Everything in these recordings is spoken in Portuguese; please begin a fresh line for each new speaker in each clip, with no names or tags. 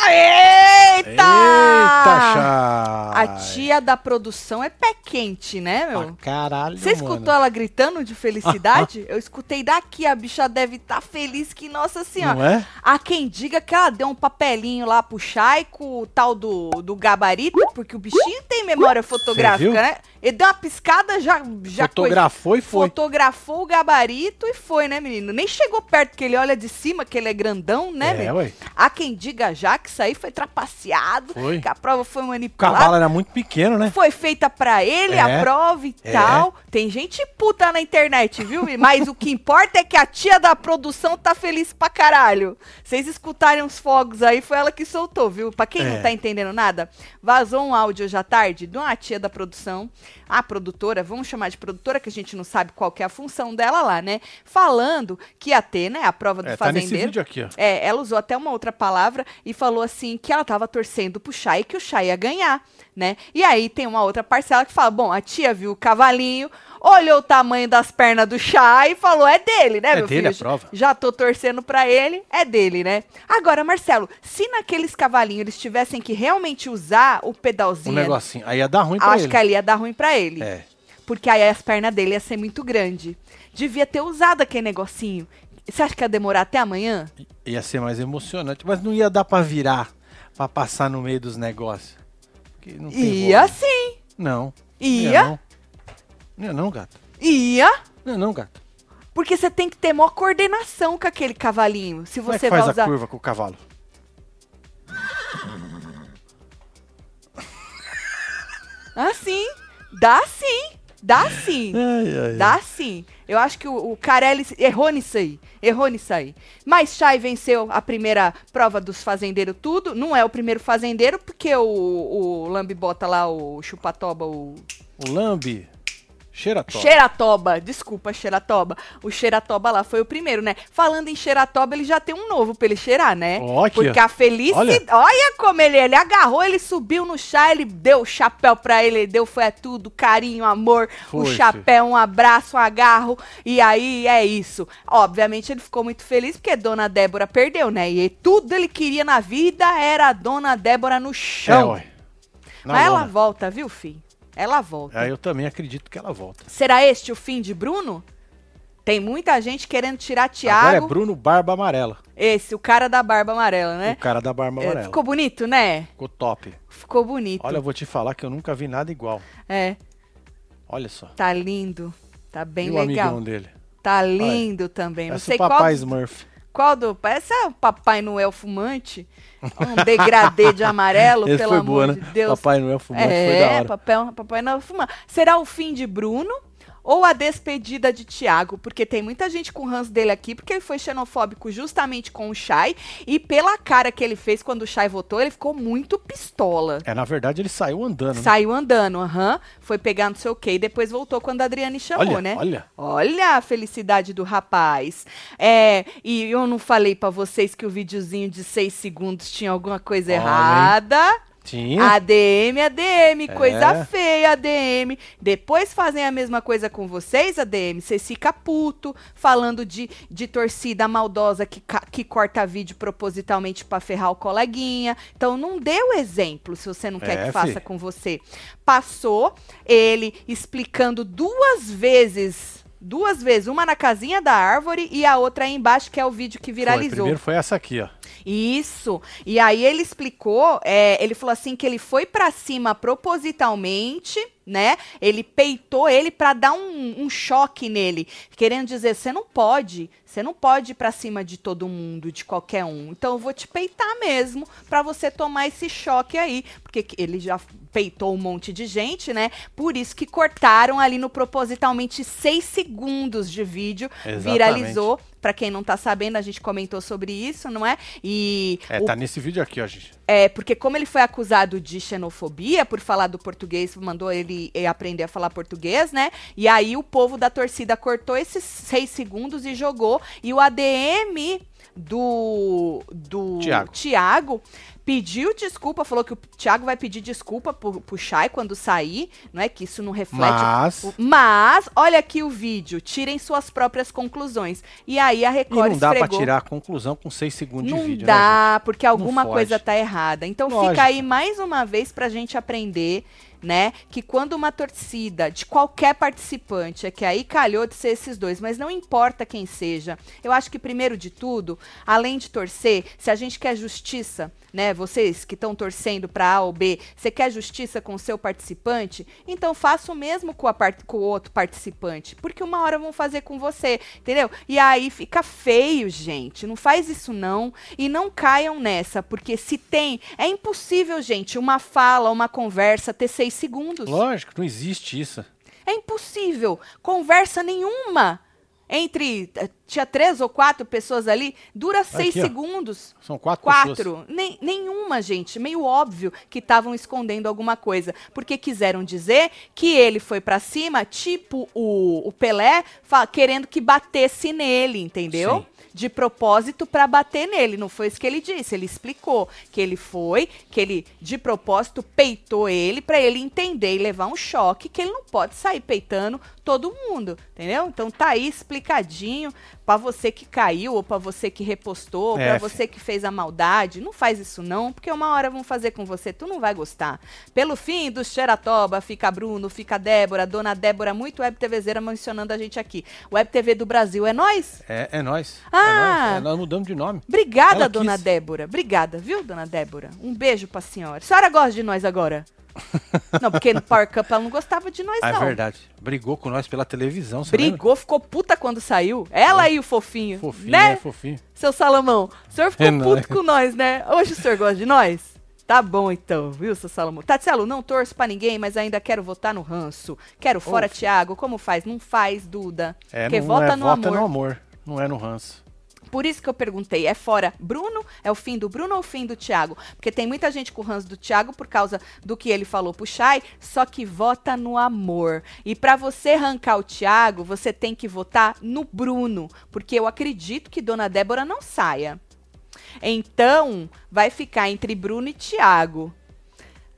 Eita!
Eita, chá!
A tia da produção é pé quente, né,
Pra
meu?
caralho,
Você escutou
mano.
ela gritando de felicidade? Eu escutei daqui, a bicha deve estar feliz que, nossa senhora.
Não é?
Há quem diga que ela deu um papelinho lá pro Chaico, o tal do, do gabarito, porque o bichinho tem memória fotográfica,
viu?
né? Ele deu uma piscada, já, já coisa-
Fotografou e foi.
fotografou o gabarito e foi, né, menino? Nem chegou perto, que ele olha de cima, que ele é grandão, né,
é,
menino?
ué.
Há quem diga já que isso aí foi trapaceado,
Foi.
que a prova foi
O cavalo
manipulada.
era muito pequeno, né?
Foi feita pra ele a
É.
prova e
É.
tal. Tem gente puta na internet, viu? Mas o que importa é que a tia da produção tá feliz pra caralho. Vocês escutarem os fogos aí, foi ela que soltou, viu? Pra quem não
É.
tá entendendo nada, vazou um áudio hoje à tarde de uma tia da produção, a produtora, vamos chamar de produtora, que a gente não sabe qual que é a função dela lá, né? Falando que ia ter, né, a prova do
É, tá nesse
fazendeiro.
vídeo aqui, ó.
É, ela usou até uma outra palavra e falou assim que ela tava torcendo pro Chay e que o Chay ia ganhar, né? E aí tem uma outra parcela que fala: bom, a tia viu o cavalinho, olhou o tamanho das pernas do Chay e falou: é dele, né,
É
meu
dele
filho?
a prova.
Já tô torcendo pra ele, é dele, né? Agora, Marcelo, se naqueles cavalinhos eles tivessem que realmente usar o
Um
pedalzinho,
negocinho. Aí ia dar ruim pra
acho
ele.
que ali ia dar ruim pra ele.
É.
Porque aí as pernas dele ia ser muito grande. Devia ter usado aquele negocinho. Você acha que ia demorar até amanhã?
Ia ser mais emocionante. Mas não ia dar pra virar, pra passar no meio dos negócios. Porque não tem
Ia
volume.
sim.
Não.
Ia.
Um É, Não. Não ia não, gato.
Ia.
Não ia não, gato.
Porque você tem que ter maior coordenação com aquele cavalinho. Se
Como é
você
que
vai
faz a
usar.
curva com o cavalo?
Ah, sim. Dá sim. Dá sim.
Ai,
Dá sim. Eu acho que o, o Carelli errou nisso aí. Errou nisso aí. Mas Chay venceu a primeira prova dos fazendeiros tudo. Não é o primeiro fazendeiro, porque o, o Lambibota lá, o Chupatoba, o
O lambe cheira top.
Xeratoba, desculpa, Xeratoba. O Xeratoba lá foi o primeiro, né? Falando em Xeratoba, ele já tem um novo pra ele cheirar, né?
Ó, aqui,
Porque
ó.
a felicidade.
Olha.
Olha. como ele, ele agarrou, ele subiu no chá, ele deu o chapéu pra ele, ele deu foi é tudo, carinho, amor, um
Foi,
chapéu, um abraço, um agarro. E aí é isso. Obviamente ele ficou muito feliz porque Dona Débora perdeu, né? E tudo ele queria na vida era a Dona Débora no
É,
chão.
ué. Na
Mas ela
lona.
volta, viu, filho? Ela volta.
Aí É, eu também acredito que ela volta.
Será este o fim de Bruno? Tem muita gente querendo tirar
Agora é
Thiago.
Bruno Barba Amarela.
Esse, o cara da barba amarela, né?
O cara da Barba
É,
Amarela.
ficou bonito, né?
Ficou top.
Ficou bonito.
Olha, eu vou te falar que eu nunca vi nada igual.
É,
Olha só.
tá lindo. Tá bem
e o
legal.
amigão dele?
Tá lindo também. Não
Parece
sei
o papai
qual,
Smurf.
qual do. Parece o Papai Noel fumante. Um degradê de amarelo,
Esse
pelo
foi
amor
boa, né?
de Deus.
Papai Noel fumante
é,
foi da hora.
Papai, papai Noel fumante. Será o fim de Bruno ou a despedida de Tiago? Porque tem muita gente com o ranço dele aqui, porque ele foi xenofóbico justamente com o Shai. E pela cara que ele fez quando o Shai votou, ele ficou muito pistola.
É, na verdade, ele saiu andando. né?
Saiu andando, aham. foi pegar não sei o quê e depois voltou quando a Adriane chamou,
olha,
né?
olha.
Olha a felicidade do rapaz. É, e eu não falei pra vocês que o videozinho de seis segundos tinha alguma coisa
Olha, hein?
errada. Ah,
Tinha.
ADM, ADM,
É.
coisa feia, ADM. Depois fazem a mesma coisa com vocês, ADM. Vocês ficam puto falando de, de torcida maldosa que, ca- que corta vídeo propositalmente pra ferrar o coleguinha. Então não dê o exemplo se você não quer
É,
que
fi.
faça com você. Passou ele explicando duas vezes. Duas vezes, uma na casinha da árvore e a outra aí embaixo, que é o vídeo que
Foi,
viralizou.
primeiro foi essa aqui, ó.
Isso. E aí ele explicou, é, ele falou assim que ele foi pra cima propositalmente, né? Ele peitou ele pra dar um, um choque nele, querendo dizer, você não pode, você não pode ir pra cima de todo mundo, de qualquer um. Então eu vou te peitar mesmo pra você tomar esse choque aí, porque que- ele já peitou um monte de gente, né? Por isso que cortaram ali no propositalmente seis segundos de vídeo,
Exatamente.
viralizou. Pra quem não tá sabendo, a gente comentou sobre isso, não é? E
É,
o-
tá nesse vídeo aqui, ó, gente.
é, porque como ele foi acusado de xenofobia por falar do português, mandou ele eh, aprender a falar português, né? E aí o povo da torcida cortou esses seis segundos e jogou. E o ADM do, do
Thiago.
Thiago pediu desculpa, falou que o Thiago vai pedir desculpa pro, pro Chay quando sair, não é que isso não reflete.
Mas-
o- mas, olha aqui o vídeo, tirem suas próprias conclusões. E aí a
E
Record
não dá pra
esfregou.
tirar a conclusão com seis segundos
Não
de vídeo, né?
dá, porque alguma
pode.
coisa tá errada. Então
Lógico.
fica aí mais uma vez pra gente aprender, né, que quando uma torcida de qualquer participante, é que aí calhou de ser esses dois, mas não importa quem seja. Eu acho que primeiro de tudo, além de torcer, se a gente quer justiça, né, vocês que estão torcendo pra A ou B, você quer justiça com o seu participante, então faça o mesmo com, a part- com o outro participante, porque uma hora vão fazer com você, entendeu? E aí fica feio, gente, não faz isso não, e não caiam nessa, porque se tem, é impossível, gente, uma fala, uma conversa ter seis segundos.
Lógico, não existe isso.
É impossível. Conversa nenhuma entre. eh, Tinha três ou quatro pessoas ali, dura seis
Aqui, ó.
segundos.
São quatro, pessoas.
Quatro. Nem, nenhuma, gente. Meio óbvio que estavam escondendo alguma coisa. Porque quiseram dizer que ele foi pra cima, tipo o, o Pelé, fa- querendo que batesse nele, entendeu?
Sim.
De propósito pra bater nele. Não foi isso que ele disse. Ele explicou que ele foi, que ele de propósito peitou ele pra ele entender e levar um choque que ele não pode sair peitando todo mundo, entendeu? Então tá aí explicadinho pra você que caiu ou pra você que repostou, ou
É,
pra
fi.
você você que fez a maldade, não faz isso não, porque uma hora vão fazer com você, tu não vai gostar. Pelo fim do Xeratoba, fica Bruno, fica Débora, Dona Débora, muito Web TVzeira mencionando a gente aqui. Web TV do Brasil é nós?
É, é nós.
Ah!
É nós. É, nós mudamos de nome.
Obrigada,
Ela
Dona
quis.
Débora. Obrigada, viu, Dona Débora? Um beijo pra senhora. A senhora gosta de nós agora? não, porque no Power Cup ela não gostava de nós
Ah, é
não.
verdade. Brigou com nós pela televisão, você lembra?
Brigou, ficou puta quando saiu. Ela e o fofinho,
Fofinho,
né?
é, fofinho.
Seu Salomão, o senhor ficou
É
puto
nóis.
com nós, né? Hoje o senhor gosta de nós? Tá bom então, viu, seu Salomão? Tatielo, não torço pra ninguém, mas ainda quero votar no ranço. Quero fora,
Ouve.
Tiago. Como faz? Não faz, Duda.
É,
Porque
não
vota,
é,
no,
vota
amor.
no amor. Não é no ranço.
Por isso que eu perguntei, é fora Bruno? É o fim do Bruno ou o fim do Tiago? Porque tem muita gente com o ranço do Tiago por causa do que ele falou pro Chay, só que vota no amor. E pra você arrancar o Tiago, você tem que votar no Bruno, porque eu acredito que Dona Débora não saia. Então, vai ficar entre Bruno e Tiago.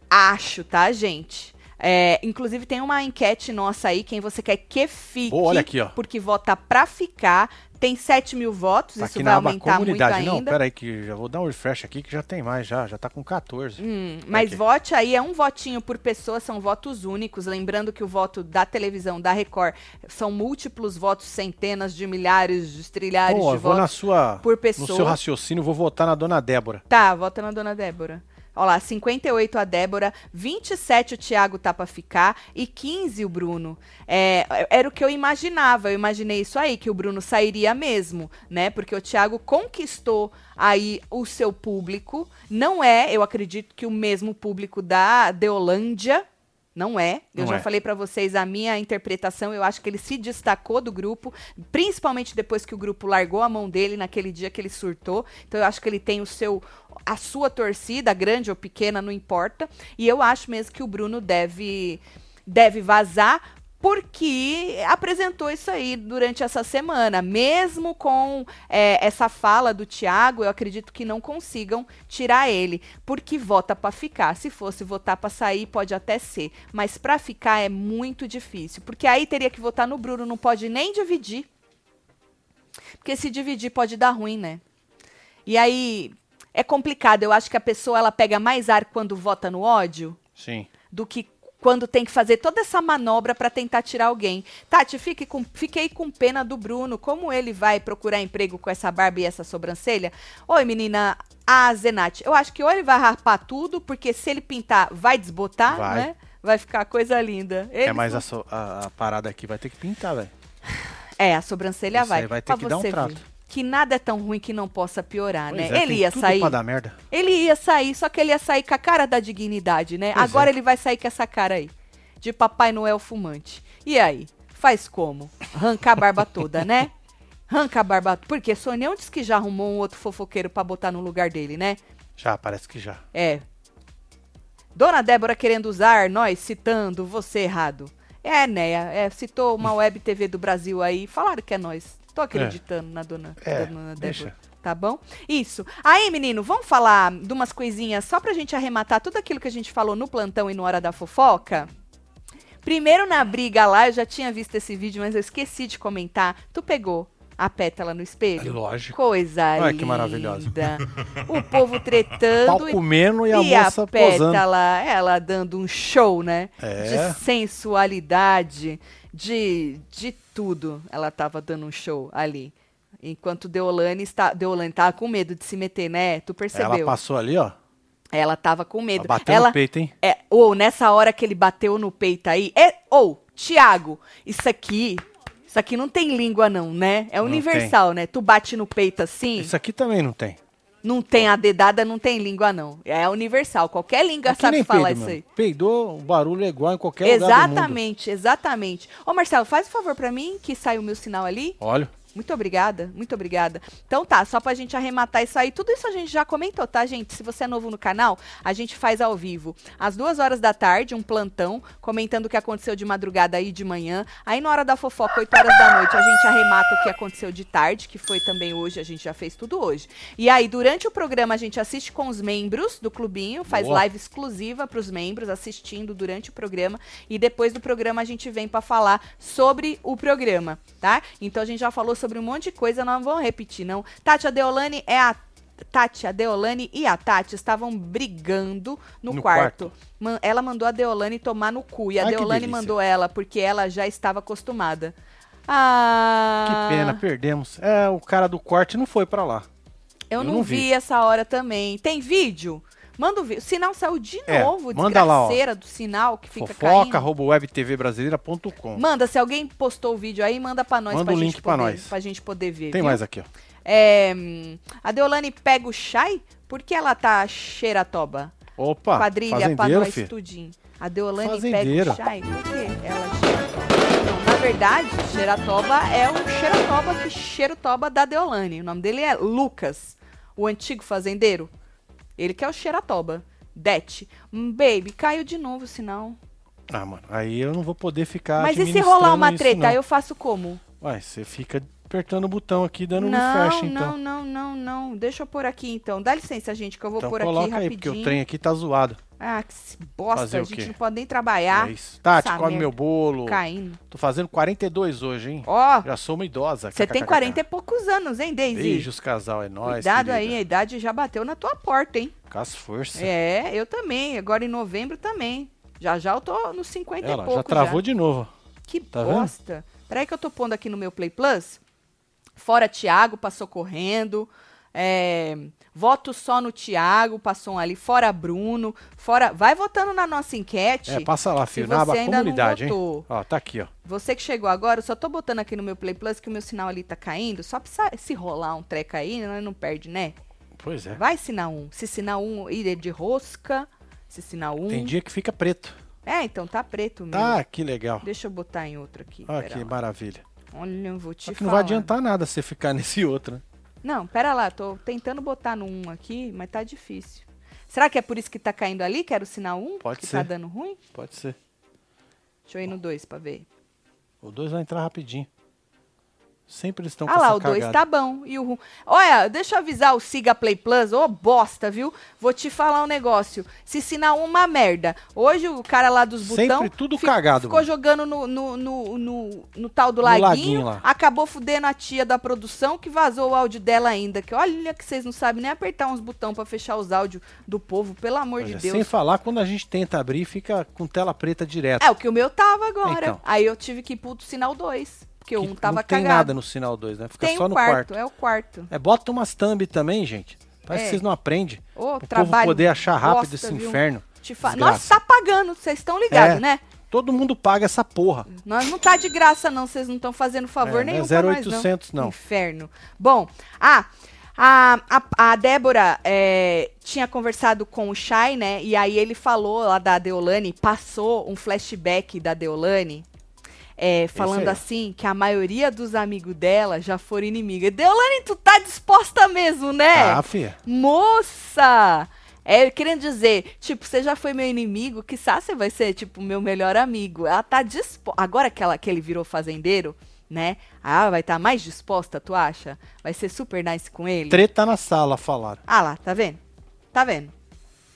Acho, tá, gente? É, inclusive, tem uma enquete nossa aí, quem você quer que fique.
Boa, olha aqui, ó.
Porque vota pra ficar. Tem 7 mil votos,
Tá
isso
aqui
vai
na aba
aumentar muito
comunidade. Não,
ainda.
pera aí que já vou dar um refresh aqui que já tem mais já, já tá com 14.
Hum, mas
Aqui.
vote aí, é um votinho por pessoa, são votos únicos. Lembrando que o voto da televisão, da Record, são múltiplos votos, centenas de milhares, de trilhares
Bom,
de
eu vou na
votos.
sua
por
no
pessoa.
seu raciocínio, vou votar na dona Débora.
Tá, vota na dona Débora. Olha lá, 58 a Débora, 27 o Thiago tá pra ficar e 15 o Bruno. É, era o que eu imaginava, eu imaginei isso aí, que o Bruno sairia mesmo, né? Porque o Thiago conquistou aí o seu público. Não é, eu acredito que o mesmo público da Deolândia, não é. Eu
Não
já
é.
falei pra vocês a minha interpretação. Eu acho que ele se destacou do grupo, principalmente depois que o grupo largou a mão dele naquele dia que ele surtou. Então eu acho que ele tem o seu a sua torcida, grande ou pequena, não importa. E eu acho mesmo que o Bruno deve deve vazar porque apresentou isso aí durante essa semana. Mesmo com é, essa fala do Thiago, eu acredito que não consigam tirar ele, porque vota pra ficar. Se fosse votar pra sair, pode até ser, mas pra ficar é muito difícil, porque aí teria que votar no Bruno, não pode nem dividir. Porque se dividir pode dar ruim, né? E aí é complicado. Eu acho que a pessoa ela pega mais ar quando vota no ódio
Sim.
do que quando tem que fazer toda essa manobra para tentar tirar alguém. Tati, fique com- fiquei com pena do Bruno. Como ele vai procurar emprego com essa barba e essa sobrancelha? Oi, menina a Zenate. Eu acho que ou ele vai rapar tudo, porque se ele pintar, vai desbotar,
Vai.
né? Vai ficar coisa linda.
é
Eles
mais
não-
a, so- a- a parada aqui vai ter que pintar, velho.
É, a sobrancelha
Isso
vai.
aí vai ter
Pra
que dar um
você ver
trato.
Que nada é tão ruim que não possa piorar,
Pois
né?
é,
ele
tem
ia
tudo
sair.
Pra dar merda.
Ele ia sair, só que ele ia sair com a cara da dignidade, né?
Pois
Agora
é.
ele vai sair com essa cara aí. De Papai Noel fumante. E aí? Faz como? Arranca a barba toda, né? Arranca a barba. Porque Sonião disse que já arrumou um outro fofoqueiro pra botar no lugar dele, né?
Já, parece que já.
É. Dona Débora querendo usar nós citando você errado. É, né? É, citou uma web TV do Brasil aí. Falaram que é nós. Tô acreditando na dona,
É,
dona Débora.
deixa.
tá bom? Isso. Aí, menino, vamos falar de umas coisinhas só pra gente arrematar tudo aquilo que a gente falou no plantão e no Hora da Fofoca? Primeiro na briga lá, eu já tinha visto esse vídeo, mas eu esqueci de comentar. Tu pegou a pétala no espelho?
É Lógico.
Coisa
Olha
linda.
que maravilhosa.
O povo tretando
Pau
e
comendo e a
e a tá,
moça posando.
pétala, ela dando um show, né?
É.
De sensualidade, de, de tudo. Ela tava dando um show ali. Enquanto Deolane, está, Deolane tava com medo de se meter, né? Tu
Ela
percebeu?
passou ali, ó.
Ela tava com medo.
Bateu
ela,
no peito, hein?
é, ou nessa hora que ele bateu no peito aí. É, ou, Tiago, isso aqui. Isso aqui não tem língua, não, né? É
Não
universal, né? Tu bate no peito assim.
Isso aqui também não tem.
Não tem a dedada, não tem língua, não. É universal. Qualquer língua
Aqui
sabe
nem
falar
peido,
isso
mano.
aí.
Peidou, o barulho é igual em qualquer lugar do mundo.
Exatamente, exatamente. Ô, Marcelo, faz um favor pra mim que saiu o meu sinal ali.
Olha,
Muito obrigada, muito obrigada. Então tá, só pra gente arrematar isso aí. Tudo isso a gente já comentou, tá, gente? Se você é novo no canal, a gente faz ao vivo. Às duas horas da tarde, um plantão, comentando o que aconteceu de madrugada e de manhã. Aí na hora da fofoca, 8 horas da noite, a gente arremata o que aconteceu de tarde, que foi também hoje, a gente já fez tudo hoje. E aí, durante o programa, a gente assiste com os membros do clubinho, faz
Boa.
live exclusiva para os membros, assistindo durante o programa. E depois do programa, a gente vem para falar sobre o programa, tá? Então, a gente já falou sobre um monte de coisa, não vamos repetir, não. Tati Adeolani é a. Tati, a Deolane e a Tati estavam brigando no,
No
quarto. Man- ela mandou a Deolane tomar no cu. E a
Ai, que
Deolane
delícia.
mandou ela, porque ela já estava acostumada. Ah.
que pena, perdemos. É, o cara do corte não foi pra lá.
Eu, não, vi. essa hora também. Tem vídeo? Manda o vídeo. O sinal saiu de
É,
novo,
manda lá, ó.
desgraceira do sinal que fica
Fofoca,
caindo.
arroba webtvbrasileira.com.
Manda, se alguém postou o vídeo aí, manda pra nós.
Manda
pra
o
gente
link pra
poder-
nós.
Pra gente poder ver.
Tem
viu?
mais aqui, ó.
É, hum, a Deolane pega o chai? Por que ela tá cheiratoba?
Opa,
Quadrilha, pra
fazendeiro,
nós
filho.
tudinho. A Deolane pega
Fazendeira.
o chai? Por que ela cheira? Não, na verdade, Xeratoba é o Xeratoba que Xerotoba da Deolane. O nome dele é Lucas, o antigo fazendeiro. Ele que é o Xeratoba. Det. Hum, Baby, caiu de novo o sinal.
Ah, mano, aí eu não vou poder ficar
Mas e se
Tá administrando
rolar uma
isso,
treta?
não.
Aí eu faço como?
Ué, você fica apertando o botão aqui, dando um
não,
refresh, então.
não, não, não, não. Deixa eu pôr aqui então. Dá licença, gente, que eu vou
então
pôr aqui
coloca aí,
rapidinho.
porque o trem aqui tá zoado.
Ah, que se- bosta,
Fazer
a
o
gente
quê?
não pode nem trabalhar.
É isso. Tati,
Essa
come
merda.
meu bolo.
Caindo.
Tô fazendo 42 hoje, hein?
Ó,
Já sou uma idosa.
você tem
kkkk.
40 e poucos anos, hein, Daisy?
Beijos, casal, é nóis.
Cuidado
querida.
aí, a idade já bateu na tua porta, hein?
Com as forças.
É, eu também. Agora em novembro também. Já já eu tô nos 50 e
É, Ela
é pouco
já travou de novo.
Que
Tá vendo?
bosta. Peraí que eu tô pondo aqui no meu Play Plus. Fora Thiago, passou correndo. É, voto só no Thiago, passou um ali. Fora Bruno. Fora. Vai votando na nossa enquete.
É, passa lá,
se
filho, na aba
você ainda não
comunidade, hein?
votou.
Ó, tá aqui, ó.
Você que chegou agora, eu só tô botando aqui no meu Play Plus que o meu sinal ali tá caindo. Só precisa se rolar um treco aí, né, não perde, né?
Pois é.
Vai sinal 1. Se sinal 1 ir de rosca, se sinal 1.
Tem dia que fica preto.
É, então tá preto mesmo.
Tá, que legal.
Deixa eu botar em outro aqui.
Ó,
pera
que
lá.
maravilha.
Olha, eu vou te
Só que
falar.
não vai adiantar nada você ficar nesse outro, né?
Não, pera lá, tô tentando botar no 1 aqui, mas tá difícil. Será que é por isso que tá caindo ali, que era o sinal 1?
Pode
que
ser.
tá dando ruim?
Pode ser.
Deixa eu ir no 2 pra ver.
O dois vai entrar rapidinho. Sempre eles estão com
Ah lá,
essa
o 2
cagada.
tá bom. E o ru- Olha, deixa eu avisar o Siga Play Plus, ô bosta, viu? Vou te falar um negócio. Se sinal uma merda. Hoje o cara lá dos
Sempre
botão.
tudo
fi-
cagado,
Ficou
mano.
jogando no, no, no, no- no tal do
No
laguinho.
laguinho lá.
Acabou fudendo a tia da produção que vazou o áudio dela ainda. Que olha que vocês não sabem nem apertar uns botão pra fechar os áudios do povo, pelo amor
Pois
de
é,
Deus.
Sem falar, quando a gente tenta abrir, fica com tela preta direto.
É, o que o meu tava agora.
Então.
Aí eu tive que ir pro sinal 2. Porque o
Que
um tava
não tem
cagado.
nada no sinal 2, né? Fica
Tem
só
o
no
quarto,
quarto.
é o quarto.
É, bota umas thumb também, gente. Parece
É.
que vocês não aprendem.
Ô,
o povo
trabalho
poder achar rápido
bosta,
esse
viu?
inferno.
Te fa...
Desgraça.
Nós tá pagando, vocês estão ligados,
É.
né?
Todo mundo paga essa porra.
Nós não tá de graça, não. Vocês não estão fazendo favor
É, não é
nenhum pra nós, não.
0800 não.
Inferno. Bom, ah, a, a, a Débora é, tinha conversado com o Shai, né? E aí ele falou lá da Deolane, passou um flashback da Deolane. é, falando
aí.
assim que a maioria dos amigos dela já foram inimigas. Deolane, tu tá disposta mesmo, né?
Ah, fia.
Moça! É, querendo dizer, tipo, você já foi meu inimigo, que você vai ser, tipo, meu melhor amigo. Ela tá disposta. Agora que, ela, que ele virou fazendeiro, né? Ah, vai estar mais disposta, tu acha? Vai ser super nice com ele?
Treta na sala, falaram.
Ah lá, tá vendo? Tá vendo?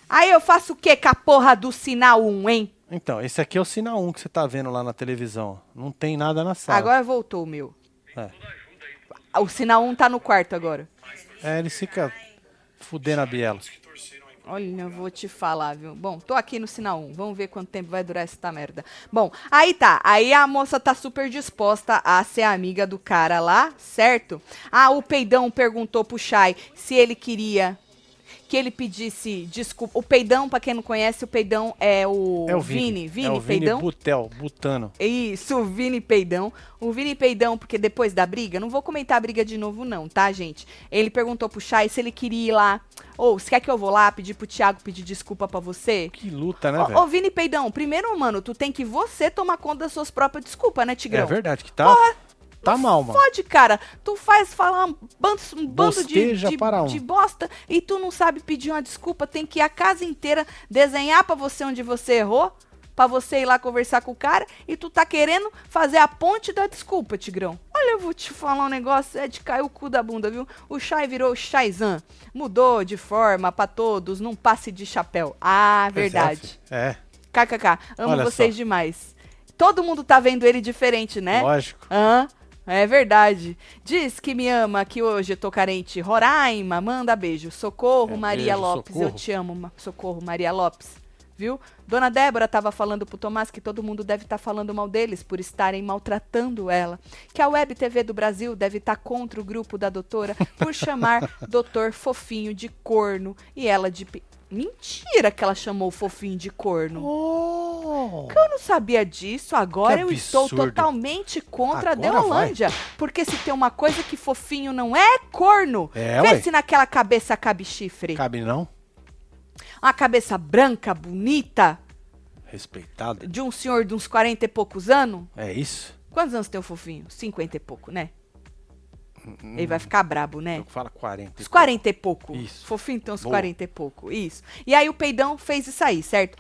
Aí eu faço o quê com a porra do sinal 1, hein?
Então, esse aqui é o sinal 1 que você tá vendo lá na televisão. Não tem nada na sala.
Agora voltou o meu.
É.
Ah, O sinal 1 tá no quarto agora.
É, ele fica fudendo a biela.
Olha, eu vou te falar, viu? Bom, tô aqui no sinal 1. Vamos ver quanto tempo vai durar essa merda. Bom, aí tá. Aí a moça tá super disposta a ser amiga do cara lá, certo? Ah, o peidão perguntou pro Shai se ele queria que ele pedisse desculpa. O peidão, pra quem não conhece, o peidão é o,
É o Vini.
Vini,
é o Vini
peidão.
Butel, Butano.
Isso, o Vini Peidão. O Vini Peidão, porque depois da briga, não vou comentar a briga de novo, não, tá, gente? Ele perguntou pro Chay se ele queria ir lá. Ou, se quer que eu vou lá pedir pro Thiago pedir desculpa pra você?
Que luta, né,
Ô, ô,
velho?
Vini Peidão, primeiro, mano, tu tem que você tomar conta das suas próprias desculpas, né,
É
Tigrão?
verdade que tá. tá mal, mano.
Pode, cara. Tu faz falar um bando, um bando de,
Bosteja
de,
para um.
de bosta e tu não sabe pedir uma desculpa. Tem que ir a casa inteira desenhar pra você onde você errou, pra você ir lá conversar com o cara e tu tá querendo fazer a ponte da desculpa, Tigrão. Olha, eu vou te falar um negócio, é de cair o cu da bunda, viu? O Chai virou Chaizan. Mudou de forma pra todos, num passe de chapéu. Ah,
Pois é,
verdade.
filho. É,
KKK, amo
Olha
vocês
só.
demais. Todo mundo tá vendo ele diferente, né?
lógico.
Hã? É verdade. Diz que me ama, que hoje tô carente. Roraima, manda beijo. Socorro,
É,
Maria
beijo,
Lopes. Eu
socorro.
te amo, Ma- socorro, Maria Lopes. Viu? Dona Débora tava falando pro Tomás que todo mundo deve estar falando mal deles por estarem maltratando ela. Que a Web TV do Brasil deve estar contra o grupo da doutora por chamar doutor fofinho de corno e ela de. pe- Mentira que ela chamou o fofinho de corno.
Oh.
Eu não sabia disso, agora
Que
eu estou
absurdo.
totalmente contra a
Agora
Deolândia. Porque se tem uma coisa que fofinho não é, é corno.
É,
Vê
ué.
se naquela cabeça cabe chifre.
Cabe não?
Uma cabeça branca, bonita,
Respeitado.
de um senhor de uns 40 e poucos anos.
É isso?
Quantos anos tem o fofinho? 50 e pouco, né?
Hum,
Ele vai ficar brabo, né?
Eu falo 40.
Uns 40 e pouco.
Isso.
Fofinho, então, uns
Boa.
40 e pouco. Isso. E aí o peidão fez isso aí, certo?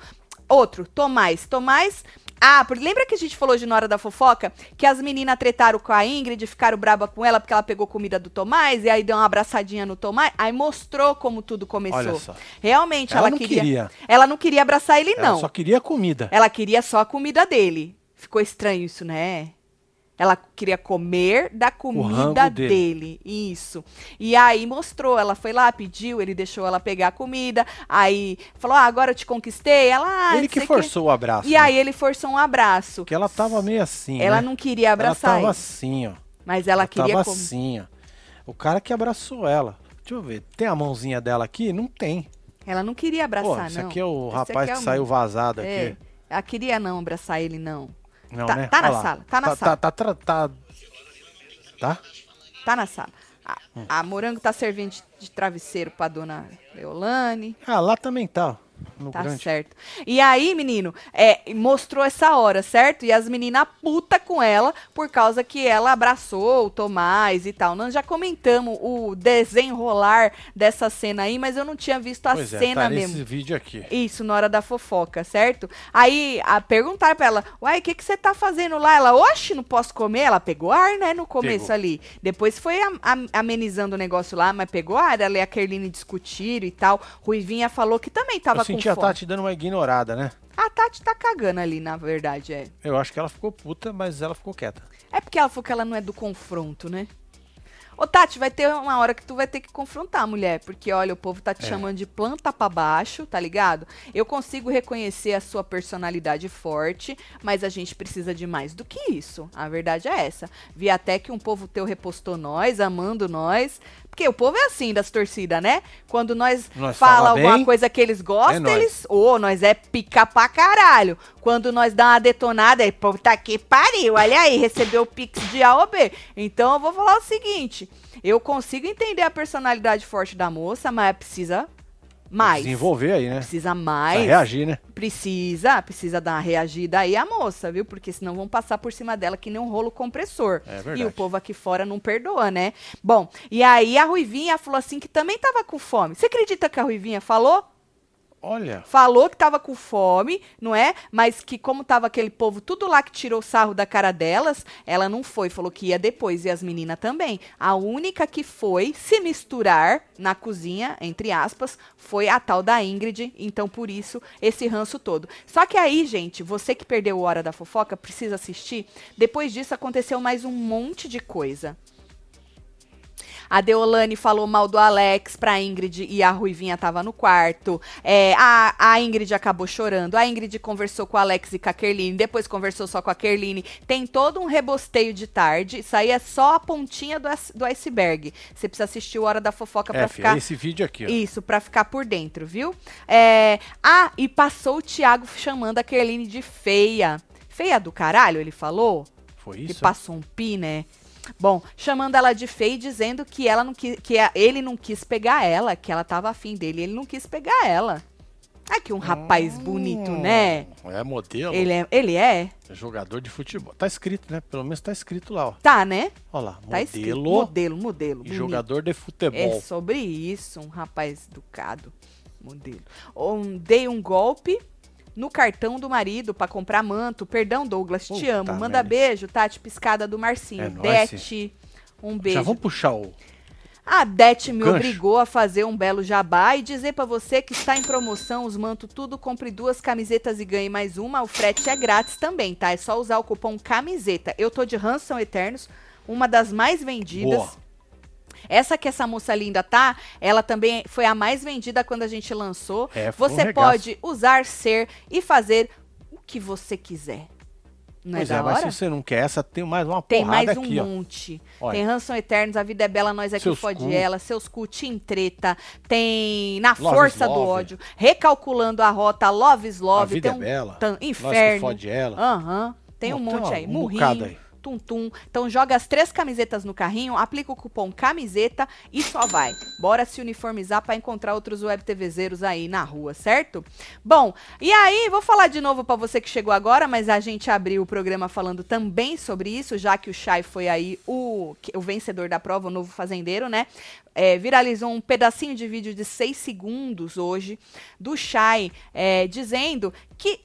Outro, Tomás. Tomás. Ah, por- lembra que a gente falou de na hora da fofoca? Que as meninas tretaram com a Ingrid, ficaram braba com ela porque ela pegou comida do Tomás e aí deu uma abraçadinha no Tomás. Aí mostrou como tudo começou.
Olha só.
Realmente, ela,
Ela não
queria,
queria.
Ela não queria abraçar ele,
Ela
não.
só queria comida.
Ela queria só a comida dele. Ficou estranho isso, né? Ela queria comer da comida
rango
dele. Isso. E aí mostrou, ela foi lá, pediu, ele deixou ela pegar a comida. Aí falou: ah, agora eu te conquistei. Ela. Ah, não
Ele
sei
que
o quê.
forçou o abraço. né?
E aí ele forçou um abraço.
Porque ela tava meio assim,
ela
né?
não queria abraçar
Ela tava
ele,
assim, ó.
mas ela queria
tava
comer.
assim, ó. O cara que abraçou ela. Deixa eu ver. Tem a mãozinha dela aqui? Não tem.
Ela não queria
Pô,
abraçar, não.
esse aqui é o
Esse
rapaz
aqui é
que
o-
saiu vazado
É,
aqui.
ela queria não abraçar ele, não.
Não,
Tá-
né?
tá na
Olha lá.
sala, tá na
tá,
sala.
Tá, tá, tá, tá. Tá?
Tá na sala. A, a
Hum.
morango tá servindo de, de travesseiro pra dona Leolane.
Ah, lá também tá. ó, No
Tá
grande.
certo. E aí, menino, é, mostrou essa hora, certo? E as meninas puta com ela por causa que ela abraçou o Tomás e tal. Nós já comentamos o desenrolar dessa cena aí, mas eu não tinha visto a
Pois é,
cena
tá
mesmo.
nesse vídeo aqui.
Isso, na hora da fofoca, certo? Aí a perguntar pra ela, uai, o que, que você tá fazendo lá? Ela, oxe, não posso comer. Ela pegou ar, né, no começo
Pegou.
ali. Depois foi am- am- amenizando o negócio lá, mas pegou ar. Ela e a Kerline discutiram e tal. Ruivinha falou que também tava
Eu
com
senti
fome.
a Tati dando uma ignorada, né?
A Tati tá cagando ali, na verdade, é.
Eu acho que ela ficou puta, mas ela ficou quieta.
É porque ela falou que ela não é do confronto, né? Ô, Tati, vai ter uma hora que tu vai ter que confrontar a mulher, porque olha, o povo tá te
É.
chamando de planta pra baixo, tá ligado? Eu consigo reconhecer a sua personalidade forte, mas a gente precisa de mais do que isso. A verdade é essa. Vi até que um povo teu repostou nós, amando nós. Porque o povo é assim das torcidas, né? Quando nós,
Nós
fala
fala
alguma
bem,
coisa que eles
é
gostam,
nós.
eles. Ô, nós é pica pra caralho. Quando nós dá uma detonada, aí, pô, tá que pariu. Olha aí, recebeu o pix de A ou B. Então eu vou falar o seguinte: eu consigo entender a personalidade forte da moça, mas precisa mais.
Desenvolver aí, né?
Precisa
Pra
mais.
reagir, né?
Precisa, precisa dar uma reagida aí a moça, viu? Porque senão vão passar por cima dela que nem um rolo compressor.
É verdade.
E o povo aqui fora não perdoa, né? Bom, e aí a Ruivinha falou assim que também tava com fome. Você acredita que a Ruivinha falou?
Olha.
Falou que tava com fome, não é? Mas que como tava aquele povo tudo lá que tirou sarro da cara delas, ela não foi, falou que ia depois e as meninas também. A única que foi se misturar na cozinha, entre aspas, foi a tal da Ingrid, então por isso esse ranço todo. Só que aí, gente, você que perdeu o Hora da Fofoca, precisa assistir. Depois disso aconteceu mais um monte de coisa. A Deolane falou mal do Alex pra Ingrid e a Ruivinha tava no quarto. É, a, a Ingrid acabou chorando. A Ingrid conversou com o Alex e com a Kerline. Depois conversou só com a Kerline. Tem todo um rebosteio de tarde. Isso aí é só a pontinha do, ice- do iceberg. Você precisa assistir o Hora da Fofoca
É,
pra
filha,
ficar.
esse vídeo aqui, ó.
Isso, pra ficar por dentro, viu? É, Ah, e passou o Thiago chamando a Kerline de feia. Feia do caralho, ele falou?
Foi
que
isso?
passou um pi, né? Bom, chamando ela de feia e dizendo que, ela não qui- que a- ele não quis pegar ela, que ela tava afim dele, ele não quis pegar ela. Ah, que um rapaz bonito,
Hum,
né?
É modelo,
Ele é, ele é?
jogador de futebol. Tá escrito, né? Pelo menos tá escrito lá, ó.
Tá, né?
Olha lá,
Tá escrito.
modelo
Modelo, modelo.
e
bonito.
jogador de
É
futebol.
sobre isso, um rapaz educado, modelo. Um, dei um golpe no cartão do marido pra comprar manto. Perdão, Douglas, te
Puta
amo. Manda
merda.
beijo, Tati, piscada do Marcinho.
É nóis,
Dete, um
Já
beijo.
vamos puxar o...
A Dete me
Gancho.
obrigou a fazer um belo jabá e dizer pra você que está em promoção os manto tudo, compre duas camisetas e ganhe mais uma. O frete é grátis também, tá? É só usar o cupom camiseta. Eu tô de Ransom Eternos, uma das mais vendidas.
Boa.
Essa que essa moça linda tá, ela também foi a mais vendida quando a gente lançou.
É, foi um
você
regaço.
pode usar, ser e fazer o que você quiser. Não
pois
é da
é, mas
hora?
se você não quer essa, tem mais uma
Tem
porrada
mais um
aqui, ó.
monte.
Olha.
Tem Ransom Eternos, A Vida é Bela, Nós Aqui
Seus
Fode
cu.
Ela, Seus Cu, Team Treta. Tem Na
Love
Força
is
do
Love.
Ódio, Recalculando a Rota, Love is
A
Love.
vida
um tem
é bela.
tan-
Nós que
Inferno.
fode ela.
Aham. Tem um
Não,
monte
uma-
aí.
um bocado
Murrinho.
aí.
Tum Tum. Então joga as três camisetas no carrinho, aplica o cupom camiseta e só vai. Bora se uniformizar pra encontrar outros web TVzeiros aí na rua, certo? Bom, e aí, vou falar de novo pra você que chegou agora, mas a gente abriu o programa falando também sobre isso, já que o Chay foi aí o, que- o vencedor da prova, o novo fazendeiro, né? É, viralizou um pedacinho de vídeo de seis segundos hoje do Chay é, dizendo que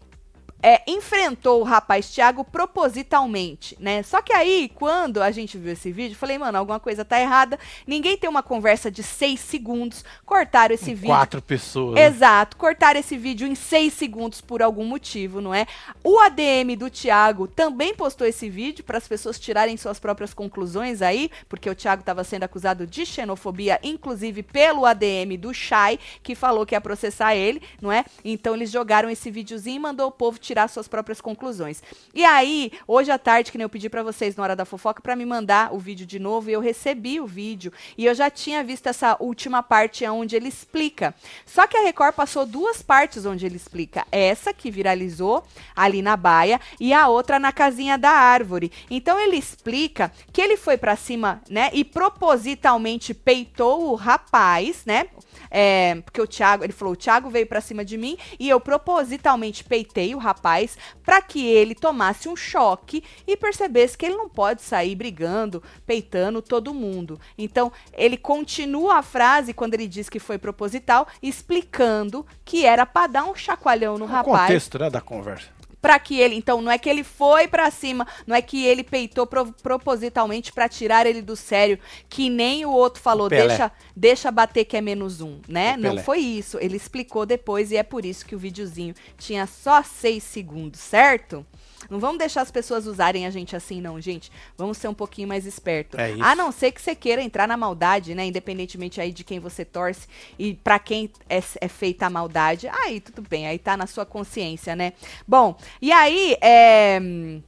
é, enfrentou o rapaz Thiago propositalmente, né? Só que aí, quando a gente viu esse vídeo, eu falei, mano, alguma coisa tá errada. Ninguém tem uma conversa de seis segundos. Cortaram
Um
esse vídeo.
Quatro pessoas. né?
Exato, cortaram esse vídeo em seis segundos por algum motivo, não é? O ADM do Thiago também postou esse vídeo para as pessoas tirarem suas próprias conclusões aí, porque o Thiago estava sendo acusado de xenofobia, inclusive pelo ADM do Chay, que falou que ia processar ele, não é? Então eles jogaram esse videozinho e mandou o povo tirar suas próprias conclusões. E aí, hoje à tarde, que nem eu pedi pra vocês na hora da fofoca pra me mandar o vídeo de novo, e eu recebi o vídeo. E eu já tinha visto essa última parte onde ele explica. Só que a Record passou duas partes onde ele explica. Essa que viralizou ali na baia e a outra na casinha da árvore. Então ele explica que ele foi pra cima, né, e propositalmente peitou o rapaz, né? É, porque o Thiago, ele falou, o Thiago veio pra cima de mim e eu propositalmente peitei o rapaz pra que ele tomasse um choque e percebesse que ele não pode sair brigando, peitando todo mundo. Então, ele continua a frase quando ele diz que foi proposital, explicando que era pra dar um chacoalhão no
O
rapaz.
contexto, né, da conversa.
Pra que ele, então, não é que ele foi pra cima, não é que ele peitou pro- propositalmente pra tirar ele do sério, que nem o outro falou,
Pelé.
deixa, deixa bater que é menos um, né?
O
Não
Pelé.
foi isso. Ele explicou depois e é por isso que o videozinho tinha só seis segundos, certo? Não vamos deixar as pessoas usarem a gente assim, não, gente. Vamos ser um pouquinho mais esperto.
É isso.
A não ser que você queira entrar na maldade, né? Independentemente aí de quem você torce e pra quem é, é feita a maldade. Aí tudo bem, aí tá na sua consciência, né? Bom, e aí, é. hum,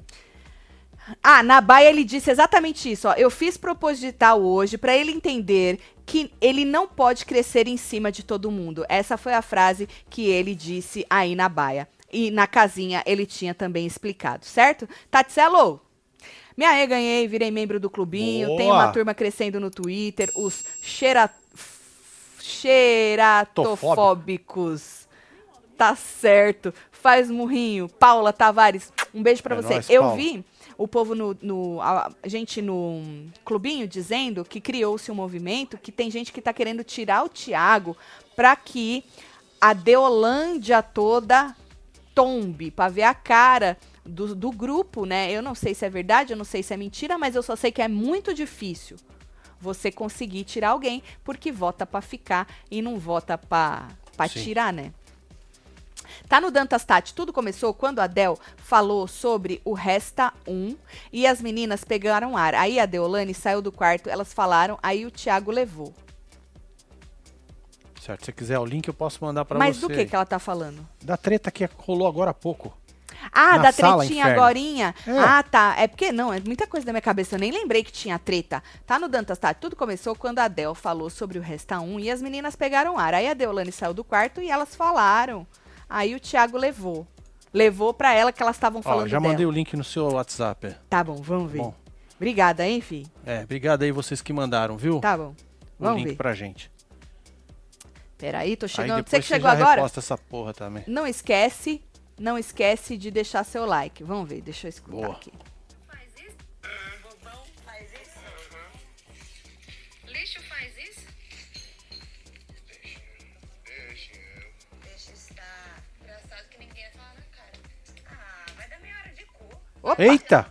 Ah, na baia ele disse exatamente isso, ó. Eu fiz proposital hoje pra ele entender que ele não pode crescer em cima de todo mundo. Essa foi a frase que ele disse aí na baia. E na casinha ele tinha também explicado, certo? Tatselo, me aí ganhei, virei membro do clubinho, tem
Boa.
uma turma crescendo no Twitter, os cheira... xeratofóbicos. Tá certo. Faz um murrinho. Paula Tavares, um beijo pra
É
você.
nóis,
Eu
Paula.
vi o povo no. no- a gente no clubinho dizendo que criou-se um movimento que tem gente que tá querendo tirar o Thiago pra que a Deolândia toda tombe, para ver a cara do, do grupo, né? Eu não sei se é verdade, eu não sei se é mentira, mas eu só sei que é muito difícil você conseguir tirar alguém, porque vota para ficar e não vota para
Sim.
tirar, né? Tá no Dantastat, tudo começou quando a Del falou sobre o Resta 1 e as meninas pegaram ar. Aí a Deolane saiu do quarto, elas falaram, aí o Thiago levou.
Certo, se você quiser o link, eu posso mandar pra
Mas
você.
do que que ela tá falando?
Da treta que rolou agora há pouco.
Ah,
Na
da
sala,
tretinha
inferno.
agorinha?
É.
Ah, tá. É porque, não, é muita coisa da minha cabeça. Eu nem lembrei que tinha treta. Tá no Dantas, tá? Tudo começou quando a Del falou sobre o Resta 1 e as meninas pegaram ar. Aí a Deolane saiu do quarto e elas falaram. Aí o Thiago levou. Levou pra ela que elas estavam
Ó,
falando
já
dela.
mandei o link no seu WhatsApp. é.
Tá bom, vamos ver.
Bom.
Obrigada, hein, fi?
É, obrigado aí vocês que mandaram, viu?
Tá bom.
o
Vamos
link
ver.
pra gente.
Peraí, tô
Aí
chegando.
depois
Você que
você
chegou
já
agora?
reposta essa porra também.
Não esquece, não esquece de deixar seu like. Vamos ver, deixa eu escutar
Boa.
aqui.
faz isso? Bobão faz isso? Lixo faz isso? Deixa estar. Engraçado que ninguém ia falar na cara. Ah, vai dar meia hora de cu.
Opa,
Eita!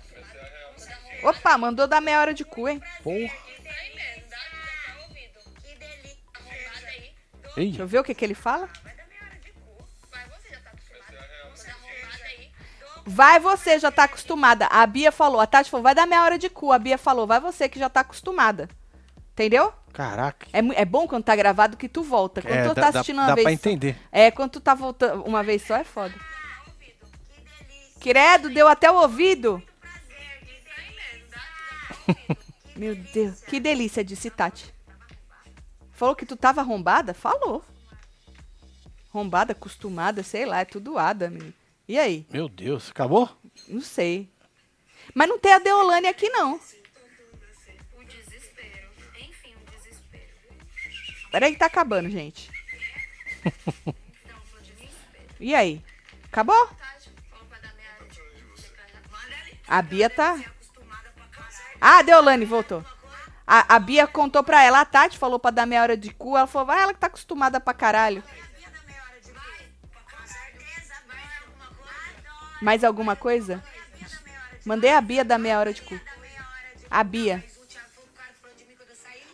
opa, mandou dar meia hora de cu, hein?
Porra!
Aí mesmo, dá pra dar ouvido. Que delícia. Arrombada aí.
Ei,
Deixa eu ver o que, que ele fala.
Vai dar meia hora de cu. Mas você já tá acostumado. Você arrombada aí.
Vai você, já tá acostumada. A Bia falou, a Tati falou, vai dar meia hora de cu. A Bia falou, vai você que já tá acostumada. Entendeu?
caraca.
É, mu- é bom quando tá gravado que tu volta. Quando
É,
tu
dá-
tá
dá-
assistindo uma
dá
vez.
pra
só-
entender.
É, quando tu tá voltando uma vez só é foda. Credo, deu até o ouvido. Meu Deus, que delícia, disse Tati. Falou que tu tava arrombada? Falou. Arrombada, acostumada, sei lá, é tudo ada, menino. E aí?
Meu Deus, acabou?
Não sei. Mas não tem a Deolane aqui, não.
O desespero. Enfim, o desespero.
Peraí que tá acabando, gente.
Não, foi o desespero.
E aí? Acabou?
Tati, falou pra dar meia hora de cu. Você cai- Manda ele.
A Bia tá...
Acostumada pra caralho.
Ah, a Deolane voltou. A, a Bia contou pra ela, a Tati falou pra dar meia hora de cu, ela falou, vai, ela que tá acostumada pra caralho. Mais alguma coisa? Mandei a Bia dar meia hora de cu. A Bia.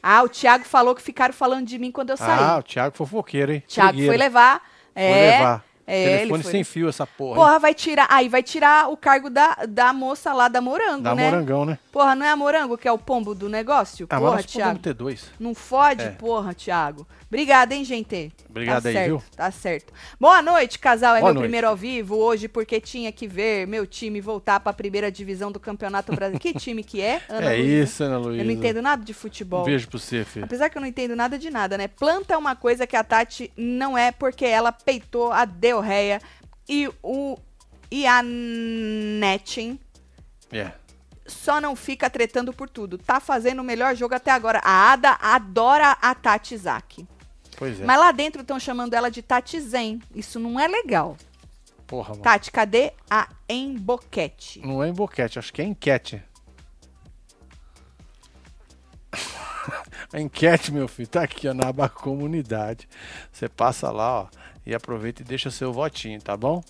Ah, o Thiago falou que ficaram falando de mim quando eu saí.
Ah, o Thiago fofoqueiro, hein?
Thiago
Trigueiro.
foi levar. É,
Foi levar.
É,
Telefone
ele foi.
sem fio essa porra. hein?
Porra, vai tirar. Aí vai tirar o cargo da, da moça lá da Morango,
Dá
né?
morangão, né?
Porra, não é a Morango que é o pombo do negócio?
Ah, mas
porra,
nós
Thiago.
podemos ter dois.
Não fode,
É.
porra, Thiago. Obrigada, hein, gente?
Obrigado
tá
aí,
certo,
viu?
Tá certo. Boa noite, casal. É
Boa
meu
noite.
primeiro ao vivo hoje, porque tinha que ver meu time voltar pra primeira divisão do Campeonato Brasileiro. que time que é, Ana
é
Luísa?
isso, Ana Luísa.
Eu não entendo nada de futebol.
Um beijo pra você, filho.
Apesar que eu não entendo nada de nada, né? Planta é uma coisa que a Tati não é, porque ela peitou a Deorreia e o e a Netin
É.
só não fica tretando por tudo. Tá fazendo o melhor jogo até agora. A Ada adora a Tati Zaki.
Pois é.
Mas lá dentro estão chamando ela de Tati Zen. Isso não é legal.
Porra, mano.
Tati, cadê a Emboquete?
Não é em boquete, acho que é enquete. A enquete, meu filho, tá aqui ó, na aba comunidade. Você passa lá, ó, e aproveita e deixa seu votinho, tá bom?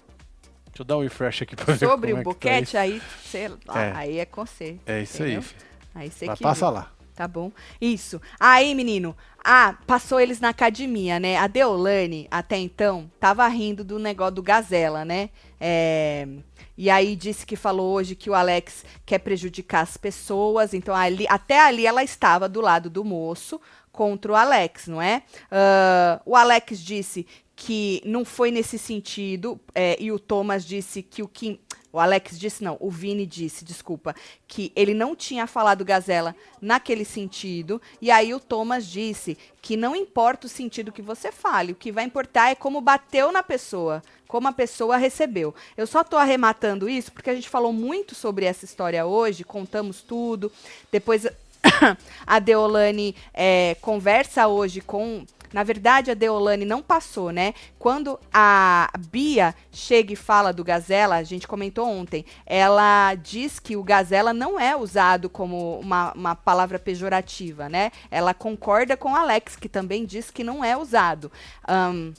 Deixa eu dar um refresh aqui pra ver
Sobre
como
o
é que tá
boquete,
isso.
aí, sei lá,
É.
aí é com você.
É isso aí,
entendeu?
filho.
Aí você
Mas
que
passa
vê.
lá.
Tá bom. Isso. Aí, menino. Ah, passou eles na academia, né? A Deolane, até então, tava rindo do negócio do Gazela, né? É, E aí disse que falou hoje que o Alex quer prejudicar as pessoas. Então, ali, até ali ela estava do lado do moço contra o Alex, não é? Ah, o Alex disse que não foi nesse sentido. é, e o Thomas disse que o Kim. O Alex disse, não, o Vini disse, desculpa, que ele não tinha falado Gazela naquele sentido. E aí o Thomas disse que não importa o sentido que você fale, o que vai importar é como bateu na pessoa, como a pessoa recebeu. Eu só tô arrematando isso porque a gente falou muito sobre essa história hoje, contamos tudo. Depois a Deolane é, conversa hoje com. Na verdade, a Deolane não passou, né? Quando a Bia chega e fala do Gazela, a gente comentou ontem, ela diz que o Gazela não é usado como uma, uma palavra pejorativa, né? Ela concorda com o Alex, que também diz que não é usado. Ahn,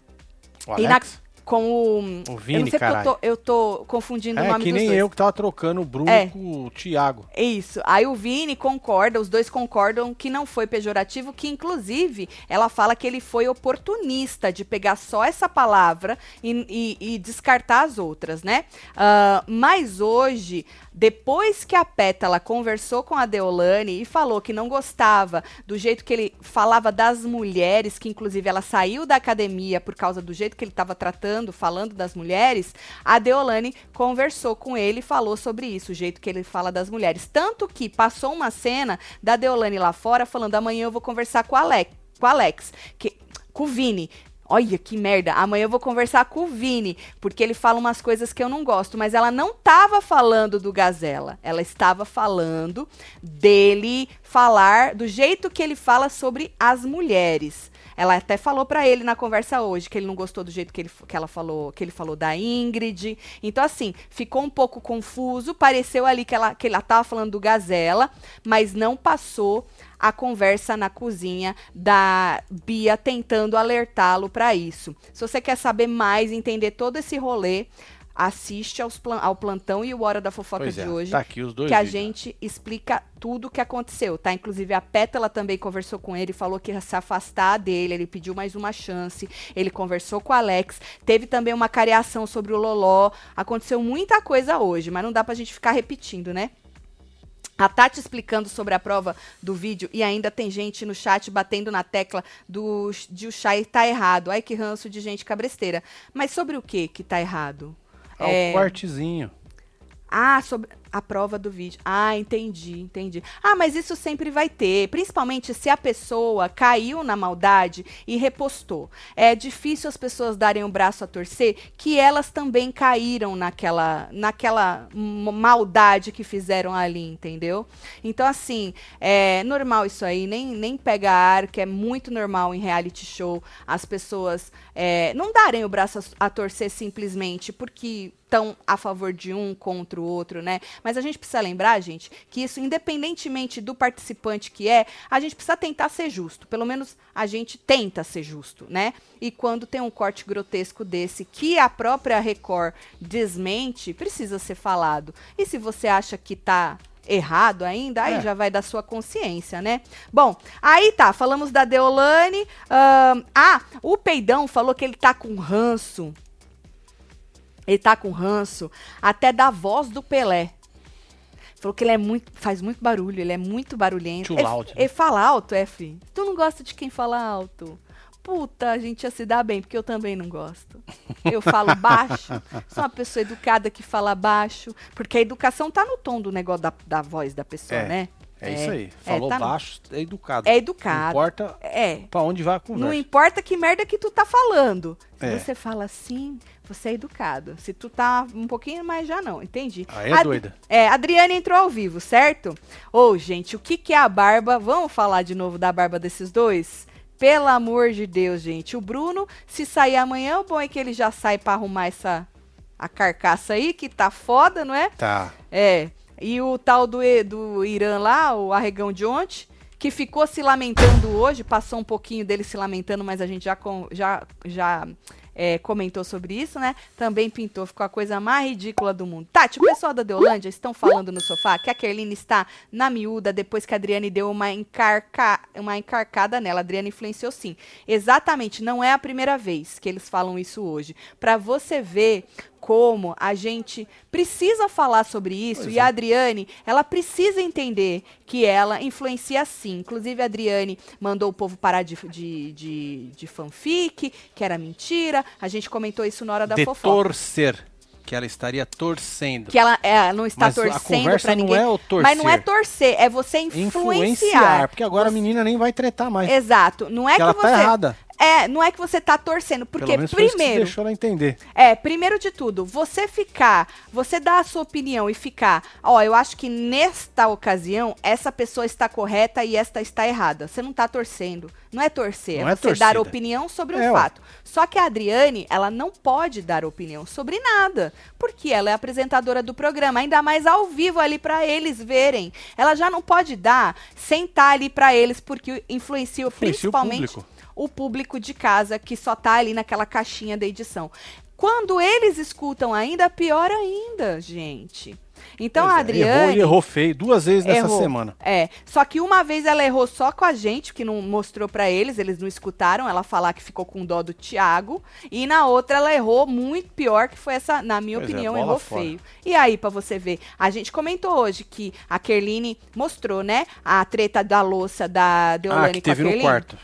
O
E na-
Alex?
com o.
O
eu
Vini,
não sei porque eu
caralho.
tô, eu tô confundindo o
É,
nome
que
dos
nem
dois.
eu que tava trocando o Bruno
É.
com o Thiago.
É Isso. Aí o Vini concorda, os dois concordam que não foi pejorativo, que inclusive ela fala que ele foi oportunista de pegar só essa palavra e, e- e descartar as outras, né? Ah, mas hoje, depois que a Pétala conversou com a Deolane e falou que não gostava do jeito que ele falava das mulheres, que inclusive ela saiu da academia por causa do jeito que ele estava tratando, falando das mulheres, a Deolane conversou com ele e falou sobre isso, o jeito que ele fala das mulheres. Tanto que passou uma cena da Deolane lá fora falando: amanhã eu vou conversar com o Alex, com o Alex que, com o Vini. Olha que merda, amanhã eu vou conversar com o Vini, porque ele fala umas coisas que eu não gosto, mas ela não estava falando do Gazela, ela estava falando dele falar do jeito que ele fala sobre as mulheres. Ela até falou pra ele na conversa hoje que ele não gostou do jeito que, ele, que ela falou, que ele falou da Ingrid. Então assim, ficou um pouco confuso, pareceu ali que ela que ela tava falando do Gazela, mas não passou a conversa na cozinha da Bia tentando alertá-lo pra isso. Se você quer saber mais, entender todo esse rolê, assiste aos plan- ao plantão e o hora da fofoca
Pois
de
é,
hoje
tá aqui os dois
que a
vídeos.
gente explica tudo o que aconteceu, tá? Inclusive a Pétala também conversou com ele, falou que ia se afastar dele, ele pediu mais uma chance, ele conversou com o Alex, teve também uma cariação sobre o Loló, aconteceu muita coisa hoje, mas não dá pra gente ficar repetindo, né? A Tati explicando sobre a prova do vídeo e ainda tem gente no chat batendo na tecla do, de o Chay tá errado. Ai, que ranço de gente cabresteira. Mas sobre o que que tá errado?
Ah,
é-
o cortezinho.
Ah, sobre a prova do vídeo. Ah, entendi, entendi. Ah, mas isso sempre vai ter, principalmente se a pessoa caiu na maldade e repostou. É difícil as pessoas darem o braço a torcer que elas também caíram naquela naquela m- maldade que fizeram ali, entendeu? Então assim, é normal isso aí, nem nem pega ar, que é muito normal em reality show as pessoas é, não darem o braço a- a torcer simplesmente porque estão a favor de um contra o outro, né? Mas a gente precisa lembrar, gente, que isso, independentemente do participante que é, a gente precisa tentar ser justo. Pelo menos a gente tenta ser justo, né? E quando tem um corte grotesco desse que a própria Record desmente, precisa ser falado. E se você acha que tá errado ainda, aí
É.
já vai da sua consciência, né? Bom, aí tá, falamos da Deolane. ahn, ah, o Peidão falou que ele tá com ranço. Ele tá com ranço até da voz do Pelé. Falou que ele é muito, faz muito barulho, ele é muito barulhento.
Too
ele,
loud, né?
ele fala alto, é, fi. Tu não gosta de quem fala alto? Puta, a gente ia se dar bem, porque eu também não gosto. Eu falo baixo, sou uma pessoa educada que fala baixo, porque a educação tá no tom do negócio da, da voz da pessoa,
É,
né?
É, isso aí.
é,
Falou
tá no-
baixo, é educado.
É
Não
educado.
importa
É,
pra onde vai a conversa.
não importa que merda que tu tá falando. Se
É.
você fala assim, você é educado. Se tu tá um pouquinho mais, já não. Entendi.
Aí é
Ad-
doida.
É, Adriane entrou ao vivo, certo? Ô, gente, o que que é a barba? Vamos falar de novo da barba desses dois? Pelo amor de Deus, gente. O Bruno, se sair amanhã, o bom é que ele já sai pra arrumar essa a carcaça aí, que tá foda, não é?
Tá.
É. E o tal do, E- do Irã lá, o arregão de ontem, que ficou se lamentando hoje, passou um pouquinho dele se lamentando, mas a gente já, com- já, já é, comentou sobre isso, né? Também pintou, ficou a coisa mais ridícula do mundo. Tati, o pessoal da Deolândia estão falando no sofá que a Kerline está na miúda depois que a Adriane deu uma, encarca, uma encarcada nela. A Adriane influenciou sim. Exatamente, não é a primeira vez que eles falam isso hoje. Pra você ver como a gente precisa falar sobre isso
Pois é.
e a Adriane, ela precisa entender que ela influencia sim. Inclusive, a Adriane mandou o povo parar de, de, de, de fanfic, que era mentira. A gente comentou isso na hora da
De
fofoca.
torcer. Que ela estaria torcendo.
Que ela é, não está
Mas a
torcendo
conversa
pra ninguém.
não é o torcer.
Mas não é torcer, é você influenciar.
Porque agora a menina nem vai tretar mais.
Exato. Não é
que
que,
ela
você.
tá errada.
É, não é que você tá torcendo,
Pelo
porque
menos foi isso que
primeiro.
deixou ela entender.
É, primeiro de tudo, você ficar, você dar a sua opinião e ficar, ó, eu acho que nesta ocasião essa pessoa está correta e esta está errada. Você não tá torcendo. Não é torcer,
Não
é
é
você dar
torcida.
opinião sobre um
É, ó.
fato. Só que a Adriane, ela não pode dar opinião sobre nada, porque ela é apresentadora do programa, ainda mais ao vivo ali pra eles verem. Ela já não pode dar, sentar ali pra eles porque influencia,
Influencia o
principalmente
público.
o público de casa que só tá ali naquela caixinha da edição. Quando eles escutam ainda, pior ainda, gente. Então
Pois
a
é, Errou e
Adriane.
errou feio duas vezes nessa
Errou.
semana.
É, só que uma vez ela errou só com a gente, que não mostrou pra eles, eles não escutaram ela falar que ficou com dó do Thiago, e na outra ela errou muito pior, que foi essa, na minha
Pois é,
opinião,
bola
errou
fora.
feio. E aí, pra você ver, a gente comentou hoje que a Kerline mostrou, né, a treta da louça da Deolane
ah, que
com a
teve no
Kerline.
quarto.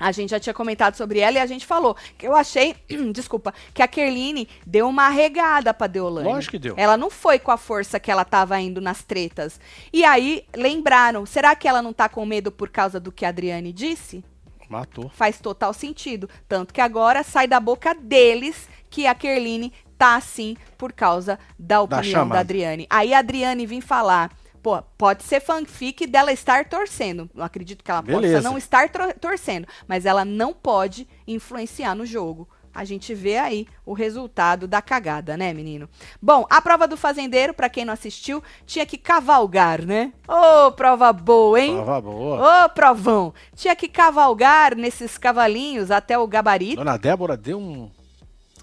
A gente já tinha comentado sobre ela e a gente falou que eu achei, desculpa, que a Kerline deu uma regada pra Deolane.
Lógico que deu.
Ela não foi com a força que ela tava indo nas tretas. E aí lembraram, será que ela não tá com medo por causa do que a Adriane disse?
Matou.
Faz total sentido, tanto que agora sai da boca deles que a Kerline tá assim por causa da opinião da,
chamada.
Adriane. Aí a Adriane vem falar Pô, pode ser fanfic dela estar torcendo. Eu acredito que ela possa
Beleza.
não estar tro- torcendo, mas ela não pode influenciar no jogo. A gente vê aí o resultado da cagada, né, menino? Bom, a prova do fazendeiro, pra quem não assistiu, tinha que cavalgar, né? Ô, prova boa, hein?
Tava boa.
Ô, provão! Tinha que cavalgar nesses cavalinhos até o gabarito.
Dona Débora deu um,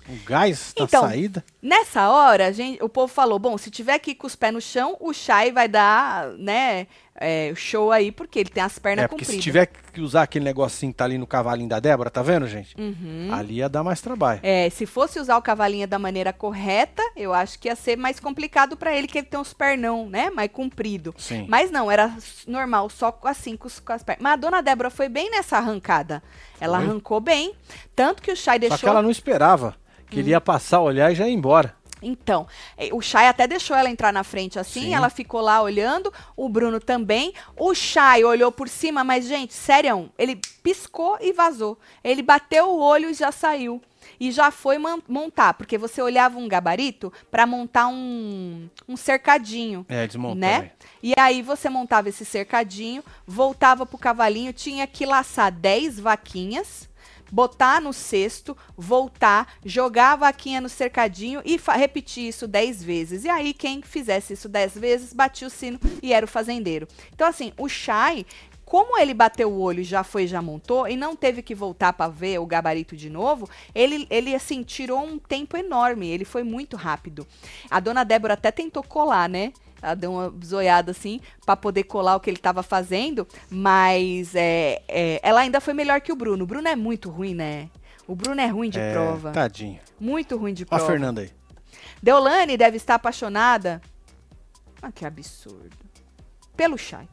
um gás na
Então,
saída.
Nessa hora, a gente, o povo falou: bom, se tiver que ir com os pés no chão, o Chay vai dar, né, é, show aí, porque ele tem as pernas
É, porque
compridas.
se tiver que usar aquele negocinho que tá ali no cavalinho da Débora, tá vendo, gente?
Uhum.
Ali ia dar mais trabalho.
É, se fosse usar o cavalinho da maneira correta, eu acho que ia ser mais complicado pra ele, que ele tem uns pernão, né? Mais comprido.
Sim.
Mas não, era s- normal, só com as cinco com as pernas. Mas a dona Débora foi bem nessa arrancada. Ela
Foi.
arrancou bem, tanto que o Chay
Só
deixou. Hum.
que ela não esperava que ele ia passar, olhar e já ir embora.
Então, eh, o Chay até deixou ela entrar na frente assim,
Sim.
ela ficou lá olhando, o Bruno também. O Chay olhou por cima, mas, gente, sério, ele piscou e vazou. Ele bateu o olho e já saiu. E já foi man- montar, porque você olhava um gabarito para montar um, um cercadinho.
É, desmontou.
Né?
velho.
E aí você montava esse cercadinho, voltava pro cavalinho, tinha que laçar 10 vaquinhas, botar no cesto, voltar, jogar a vaquinha no cercadinho e fa- repetir isso 10 vezes. E aí quem fizesse isso 10 vezes, batia o sino e era o fazendeiro. Então assim, o Chai como ele bateu o olho, e já foi, já montou e não teve que voltar para ver o gabarito de novo, ele, ele assim tirou um tempo enorme, ele foi muito rápido. A dona Débora até tentou colar, né? Ela deu uma zoiada assim pra poder colar o que ele tava fazendo, mas é, é, ela ainda foi melhor que o Bruno. O Bruno é muito ruim, né? O Bruno é ruim de
É,
prova.
Tadinho.
Muito ruim de
Ó a
prova.
Fernanda aí.
Deolane deve estar apaixonada. Ah, que absurdo. Pelo Chay.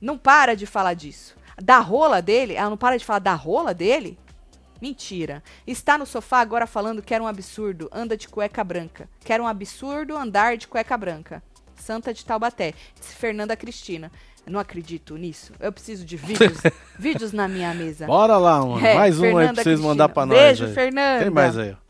Não para de falar disso. Da rola dele, ela não para de falar da rola dele? Mentira. Está no sofá agora falando que era um absurdo, anda de cueca branca. Que era um absurdo andar de cueca branca. Santa de Taubaté, disse Fernanda Cristina. Eu Não acredito nisso. Eu preciso de vídeos, vídeos na minha mesa.
Bora lá, mano.
É,
mais um aí
Fernanda
pra vocês mandar
Cristina.
pra nós.
Beijo,
aí.
Fernanda.
Tem mais aí. ó.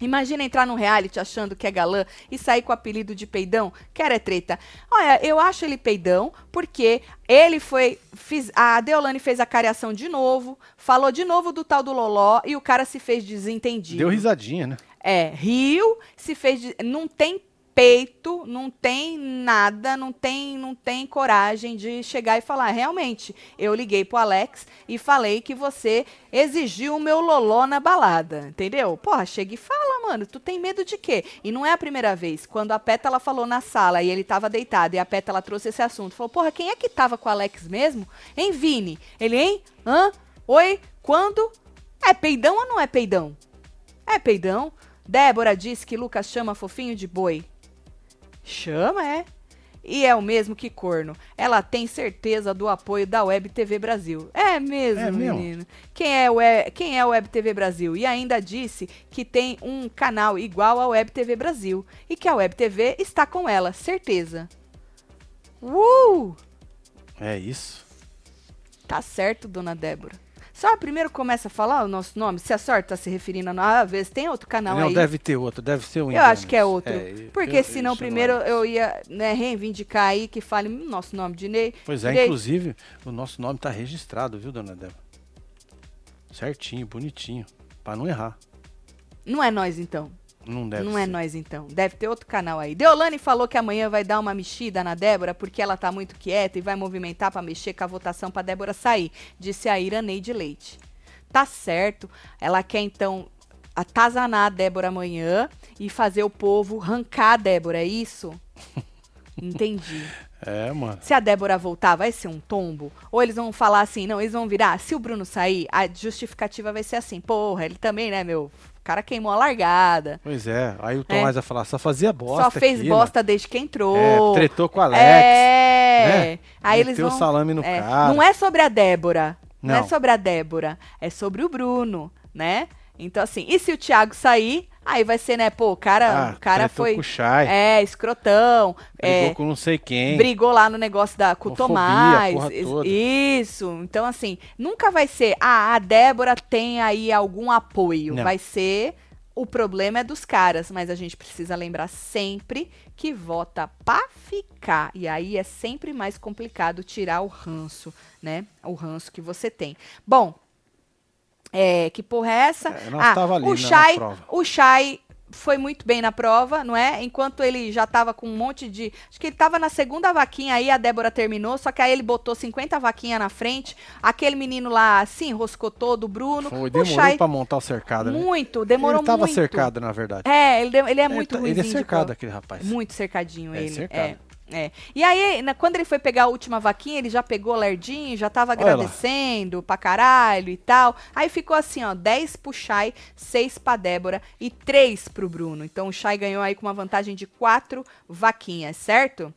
Imagina entrar num reality achando que é galã e sair com o apelido de peidão? Quer é treta. Olha, eu acho ele peidão porque ele foi. fiz- a Deolane fez a cariação de novo, falou de novo do tal do Loló e o cara se fez desentendido.
Deu risadinha, né?
É, riu, se fez. de- não tem peito, não tem nada, não tem, não tem coragem de chegar e falar. Realmente, eu liguei pro Alex e falei que você exigiu o meu loló na balada, entendeu? Porra, chega e fala, mano. Tu tem medo de quê? E não é a primeira vez. Quando a Pétala falou na sala e ele tava deitado e a Pétala trouxe esse assunto, falou: porra, quem é que tava com o Alex mesmo? Hein, Vini? Ele, hein? Hã? Oi? Quando? É peidão ou não é peidão? É peidão. Débora diz que Lucas chama fofinho de boi. Chama, é. E é o mesmo que corno. Ela tem certeza do apoio da Web TV Brasil. É mesmo,
É mesmo?
menino. Quem é, o Web, quem é o Web TV Brasil? E ainda disse que tem um canal igual ao Web TV Brasil. E que a Web TV está com ela, certeza. Uh!
É isso.
Tá certo, dona Débora. Só primeiro começa a falar o nosso nome, se a sorte tá se referindo a nós. Às vezes tem outro canal
Não,
aí.
deve ter outro, deve ser um
Eu
indiano.
acho que é outro.
É,
porque senão
eu- isso não
primeiro
é.
eu ia né, reivindicar aí que fale o nosso nome de Ney.
Pois é,
direito.
inclusive, o nosso nome tá registrado, viu, dona Débora? Certinho, bonitinho. Pra não errar.
Não é nós, então.
Não deve
não
ser.
é nós então. Deve ter outro canal aí. Deolane falou que amanhã vai dar uma mexida na Débora porque ela tá muito quieta e vai movimentar pra mexer com a votação pra Débora sair, disse a Iraneide Leite. Tá certo. Ela quer então atazanar a Débora amanhã e fazer o povo arrancar a Débora, é isso? Entendi.
É, mano.
Se a Débora voltar, vai ser um tombo? Ou eles vão falar assim, não, eles vão virar, se o Bruno sair, a justificativa vai ser assim, porra, ele também, né, meu, o cara queimou a largada.
Pois é. Aí o
É.
Tomás vai falar, só fazia bosta
Só fez
aqui,
bosta desde que entrou.
mano. É, tretou com o Alex.
É.
né?
Aí eles
Meteu
vão.
o salame no
é.
cara.
Não é sobre a Débora. Não. é
Não.
sobre a Débora. É sobre o Bruno, né? Então, assim, e se o Thiago sair, aí vai ser, né, pô, o cara,
Ah,
o cara
tretou
foi.
com o Chay,
É, escrotão.
brigou
é,
com não sei quem.
brigou lá no negócio da com o
Homofobia,
Tomás.
porra
is-
toda.
Isso. Então, assim, nunca vai ser, ah, a Débora tem aí algum apoio.
Não.
Vai ser. O problema é dos caras, mas a gente precisa lembrar sempre que vota pra ficar. E aí é sempre mais complicado tirar o ranço, né? O ranço que você tem. Bom, é, que porra é essa?
É, nós tava ali
o
na- na
Shai,
prova.
o Shai foi muito bem na prova, não é? Enquanto ele já tava com um monte de, acho que ele tava na segunda vaquinha aí, a Débora terminou, só que aí ele botou 50 vaquinha na frente. Aquele menino lá assim, roscou todo o Bruno.
Foi,
o
demorou
Shai
pra montar o cercado, né?
muito, demorou
ele tava
muito.
cercado, na verdade.
É, ele, de- ele é muito
tá-
ruim.
Ele é cercado, aquele rapaz.
Muito cercadinho
É,
ele.
cercado.
É. é. E aí, na- quando ele foi pegar a última vaquinha, ele já pegou lerdinho, já tava
Olha lá.
agradecendo pra caralho e tal. Aí ficou assim, ó, 10 pro Shai, 6 pra Débora e 3 pro Bruno. Então o Shai ganhou aí com uma vantagem de 4 vaquinhas, certo?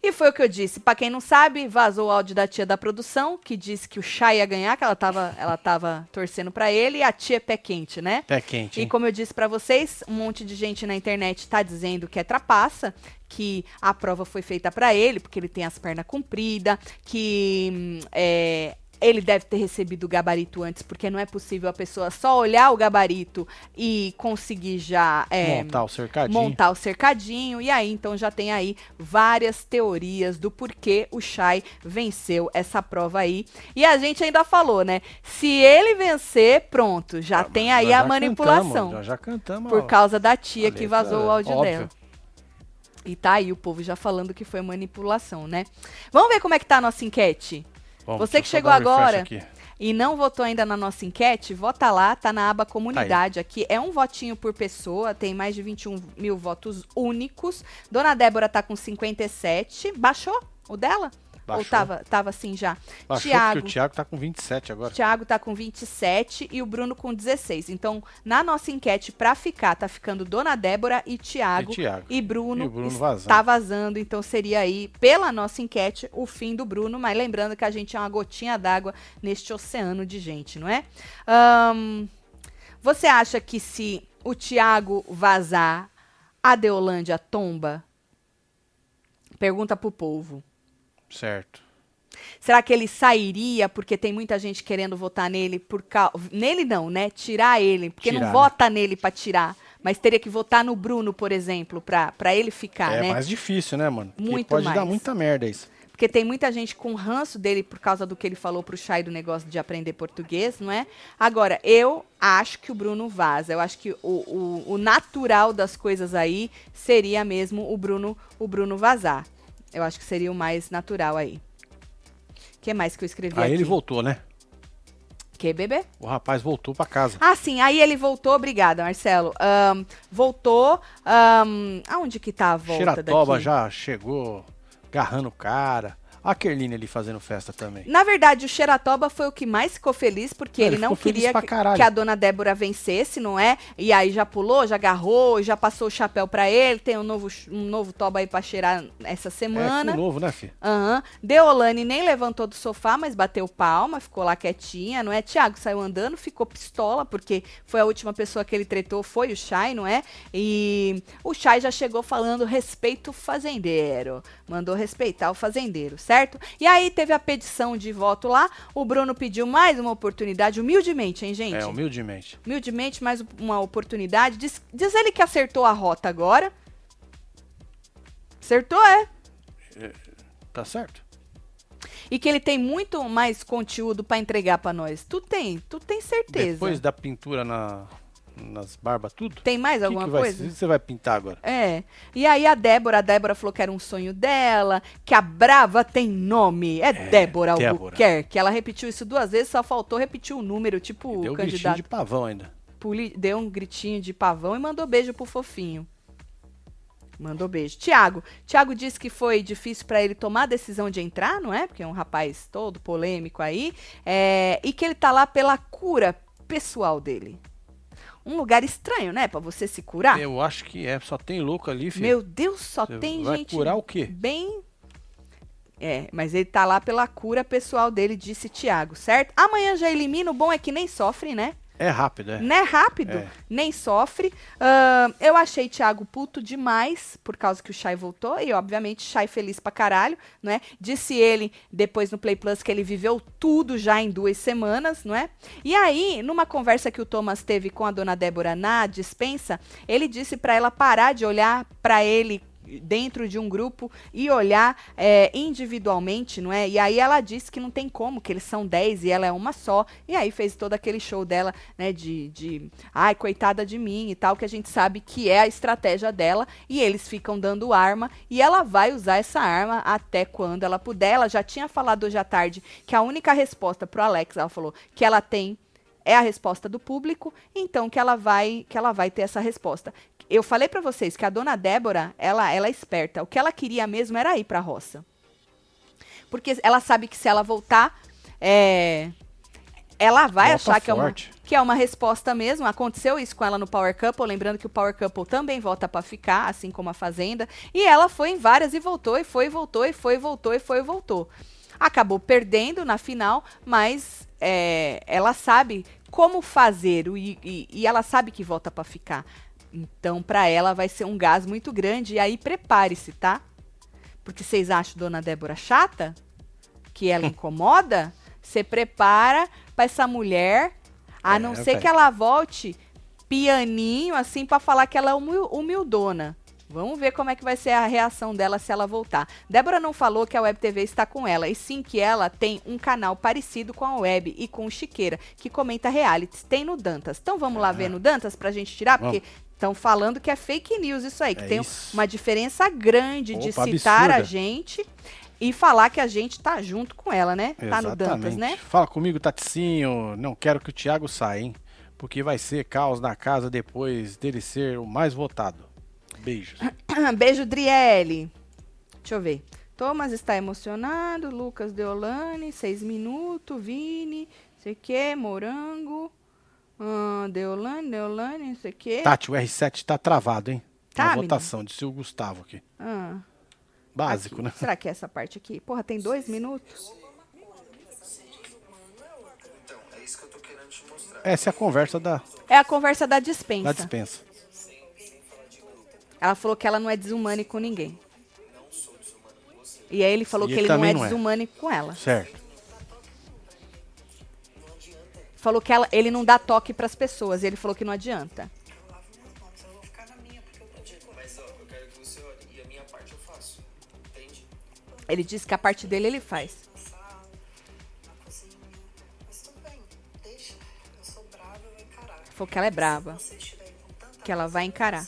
E foi o que eu disse. Pra quem não sabe, vazou o áudio da tia da produção, que disse que o Shai ia ganhar, que ela tava, ela tava torcendo pra ele, e a tia é pé quente, né?
Pé quente,
E
hein?
como eu disse pra vocês, um monte de gente na internet tá dizendo que é trapaça, que a prova foi feita pra ele, porque ele tem as pernas compridas, que hum, é, ele deve ter recebido o gabarito antes, porque não é possível a pessoa só olhar o gabarito e conseguir já é,
montar o cercadinho.
montar o cercadinho. E aí, então, já tem aí várias teorias do porquê o Shai venceu essa prova aí. E a gente ainda falou, né? Se ele vencer, pronto, já
Ah,
tem
mas
aí
nós
a
já
manipulação.
cantamos, nós já cantamos.
por
ó.
causa da tia
a
que
letra,
vazou o áudio
óbvio.
dela. E tá aí o povo já falando que foi manipulação, né? Vamos ver como é que tá a nossa enquete?
Bom,
Você
deixa
que
eu só
chegou
dar um refresh
agora.
aqui.
e não votou ainda na nossa enquete, vota lá, tá na aba comunidade aqui. É um votinho por pessoa, tem mais de 21 mil votos únicos. Dona Débora tá com 57. Baixou o dela? Ou
Baixou.
tava, tava assim já?
Baixou porque
Tiago.
o Thiago tá com 27 agora.
Thiago tá com 27 e o Bruno com 16. Então, na nossa enquete, pra ficar, tá ficando Dona Débora e Tiago.
E Thiago.
E Bruno,
E o Bruno
está
vazando.
vazando, então seria aí, pela nossa enquete, o fim do Bruno, mas lembrando que a gente é uma gotinha d'água neste oceano de gente, não é? Ahn, você acha que se o Thiago vazar, a Deolândia tomba? Pergunta pro povo.
Certo.
Será que ele sairia porque tem muita gente querendo votar nele por cau- nele não, né? Tirar ele, porque
Tirar,
não
né?
vota nele pra tirar, mas teria que votar no Bruno, por exemplo, pra pra ele ficar,
é
né?
mais difícil, né, mano? Porque
Muito
pode dar
mais.
muita merda isso.
Porque tem muita gente com ranço dele por causa do que ele falou pro Chay do negócio de aprender português, não é? Agora, eu acho que o Bruno vaza. Eu acho que o, o, o natural das coisas aí seria mesmo o Bruno, o Bruno vazar. Eu acho que seria o mais natural aí. O que mais que eu escrevi
Aí
aqui?
ele voltou, né?
Que, bebê?
O rapaz voltou pra casa.
Ah, sim, aí ele voltou, obrigada, Marcelo. Ahn, voltou. ahn, aonde que tá a volta
Xeratoba
daqui?
já chegou garrando o cara. A Kerline ali fazendo festa também.
Na verdade, o Xeratoba foi o que mais ficou feliz, porque
Não,
ele,
ele
não
ficou feliz
queria
pra
que,
caralho.
que a dona Débora vencesse, não é? E aí já pulou, já agarrou, já passou o chapéu pra ele. Tem um novo, um novo toba aí pra cheirar essa
É,
semana.
com novo, né, filho?
Aham. Deolane nem levantou do sofá, mas bateu palma, ficou lá quietinha, não é? Tiago saiu andando, ficou pistola, porque foi a última pessoa que ele tretou, foi o Chay, não é? E o Chay já chegou falando respeito fazendeiro. Mandou respeitar o fazendeiro, certo? E aí teve a petição de voto lá. O Bruno pediu mais uma oportunidade, humildemente, hein, gente?
É, humildemente.
Humildemente, mais uma oportunidade. Diz, diz ele que acertou a rota agora. Acertou, é?
Tá certo?
E que ele tem muito mais conteúdo pra entregar pra nós. Tu tem, tu tem certeza.
Depois da pintura na, nas barbas, tudo?
Tem mais
Que
alguma
que vai
coisa?
ser? O que você vai pintar agora?
É. E aí a Débora, a Débora falou que era um sonho dela, que a Brava tem nome. É, Débora
Débora.
Albuquerque. Ela repetiu isso duas vezes, só faltou repetir o número, tipo
Deu
o
um gritinho
candidato.
de pavão ainda.
poli- Deu um gritinho de pavão e mandou beijo pro fofinho. Mandou beijo. Tiago. Tiago disse que foi difícil pra ele tomar a decisão de entrar, não é? Porque é um rapaz todo polêmico aí. É, E que ele tá lá pela cura pessoal dele. Um lugar estranho, né? Pra você se curar.
Eu acho que é, só tem louco ali, filho.
Meu Deus, só
Você
tem
vai
gente
curar o quê?
bem. É, mas ele tá lá pela cura pessoal dele, disse Tiago, certo? Amanhã já elimina, o bom é que nem sofre, né?
É rápido, é.
Não é rápido,
É.
nem sofre. Ahn, eu achei Thiago puto demais, por causa que o Chay voltou, e obviamente Chay feliz pra caralho, né? Disse ele depois no Play Plus que ele viveu tudo já em duas semanas, não é? E aí, numa conversa que o Thomas teve com a dona Débora na dispensa, ele disse pra ela parar de olhar pra ele dentro de um grupo e olhar é, individualmente, não é? E aí ela disse que não tem como, que eles são 10 e ela é uma só. E aí fez todo aquele show dela, né, de, de ai, coitada de mim e tal, que a gente sabe que é a estratégia dela. E eles ficam dando arma e ela vai usar essa arma até quando ela puder. Ela já tinha falado hoje à tarde que a única resposta pro Alex, ela falou, que ela tem é a resposta do público, então que ela vai que ela vai ter essa resposta. Eu falei pra vocês que a dona Débora, ela ela é esperta. O que ela queria mesmo era ir pra roça. Porque ela sabe que se ela voltar, é, ela vai
Volta
achar que é, uma,
forte.
que é uma resposta mesmo. Aconteceu isso com ela no Power Couple, lembrando que o Power Couple também volta pra ficar, assim como a Fazenda. E ela foi em várias e voltou, e foi, e voltou, e foi, e voltou, e foi, e voltou. Acabou perdendo na final, mas é, ela sabe como fazer o- e, e- e ela sabe que volta pra ficar. Então, pra ela vai ser um gás muito grande. E aí, prepare-se, tá? Porque vocês acham Dona Débora chata? Que ela incomoda? Você prepara pra essa mulher, a
É,
não ser
velho.
que ela volte pianinho, assim, pra falar que ela é humil- humildona. Vamos ver como é que vai ser a reação dela se ela voltar. Débora não falou que a Web TV está com ela, e sim que ela tem um canal parecido com a Web e com o Chiqueira, que comenta realities. Tem no Dantas. Então vamos
Ah.
lá ver no Dantas pra gente tirar, porque estão falando que é fake news isso aí, que
É
tem
isso.
uma diferença grande de
Opa,
citar a
absurda.
gente e falar que a gente tá junto com ela, né? Tá no Dantas,
Exatamente.
né?
Fala comigo, Taticinho. Não quero que o Thiago saia, hein? Porque vai ser caos na casa depois dele ser o mais votado. Beijos.
Ah, né? Beijo, Driele. Deixa eu ver. Thomas está emocionado, Lucas Deolane, seis minutos, Vini, não sei o que, Morango, hum, Deolane, Deolane, não sei o que.
Tati, o R7 tá travado, hein?
Tá,
Na
menino.
votação, disse o Gustavo aqui. Básico, né?
Ah, Será que é essa parte aqui? Porra, tem dois minutos?
Essa é a conversa da,
É a conversa da dispensa.
da dispensa.
Ela falou que ela não é desumana com ninguém. E aí ele falou
E
que
ele
ele não
também
é
não é.
desumano com ela.
Certo.
Falou que ela- ele não dá toque pras pessoas. E ele falou que não adianta.
Mas ó, eu quero que você olhe e a minha parte eu faço. Entende?
Ele disse que a parte dele ele faz.
sala, na cozinha. Mas tudo bem, deixa. Eu sou brava, eu vou encarar.
Falou que ela é brava,
Se vocês estiverem com tanta
que ela vai encarar.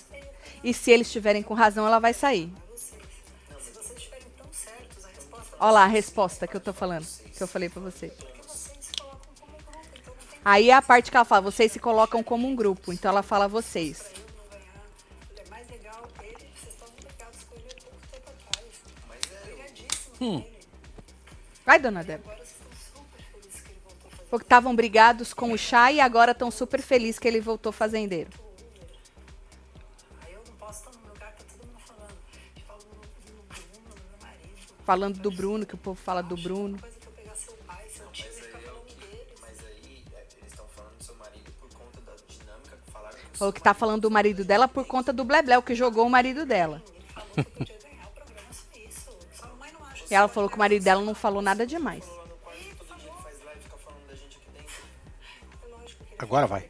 E se eles estiverem com razão, ela vai sair.
Se vocês estiverem tão certos, a resposta
Olha lá a resposta que eu tô falando, que eu falei pra você. Aí é a parte que ela fala, vocês se colocam como um grupo. Então ela fala vocês.
é mais legal. Ele, vocês estavam ligados com ele há pouco tempo atrás. Obrigadíssimo.
Vai, dona Débora.
Agora vocês estão super felizes que ele voltou a fazer
Porque estavam brigados com o chá e agora estão super felizes que ele voltou fazendeiro.
Aí eu não posso estar num lugar que tá todo mundo falando. Eu falo no, no Bruno, no meu marido.
Falando do Bruno, que o povo fala do Bruno.
Coisa que eu pegar seu pai, seu tio, e ficar falando dele.
Mas aí é, eles estão falando do seu marido por conta da dinâmica que falaram que o
Falou que tá falando do marido dela por conta do Blebleu, que jogou o marido dela.
Ele falou que eu podia ganhar o programa sobre isso. Sua mamãe não acha
E ela falou que o marido dela não falou nada
Ele
demais.
faz live e fica falando da gente aqui dentro.
Agora vai.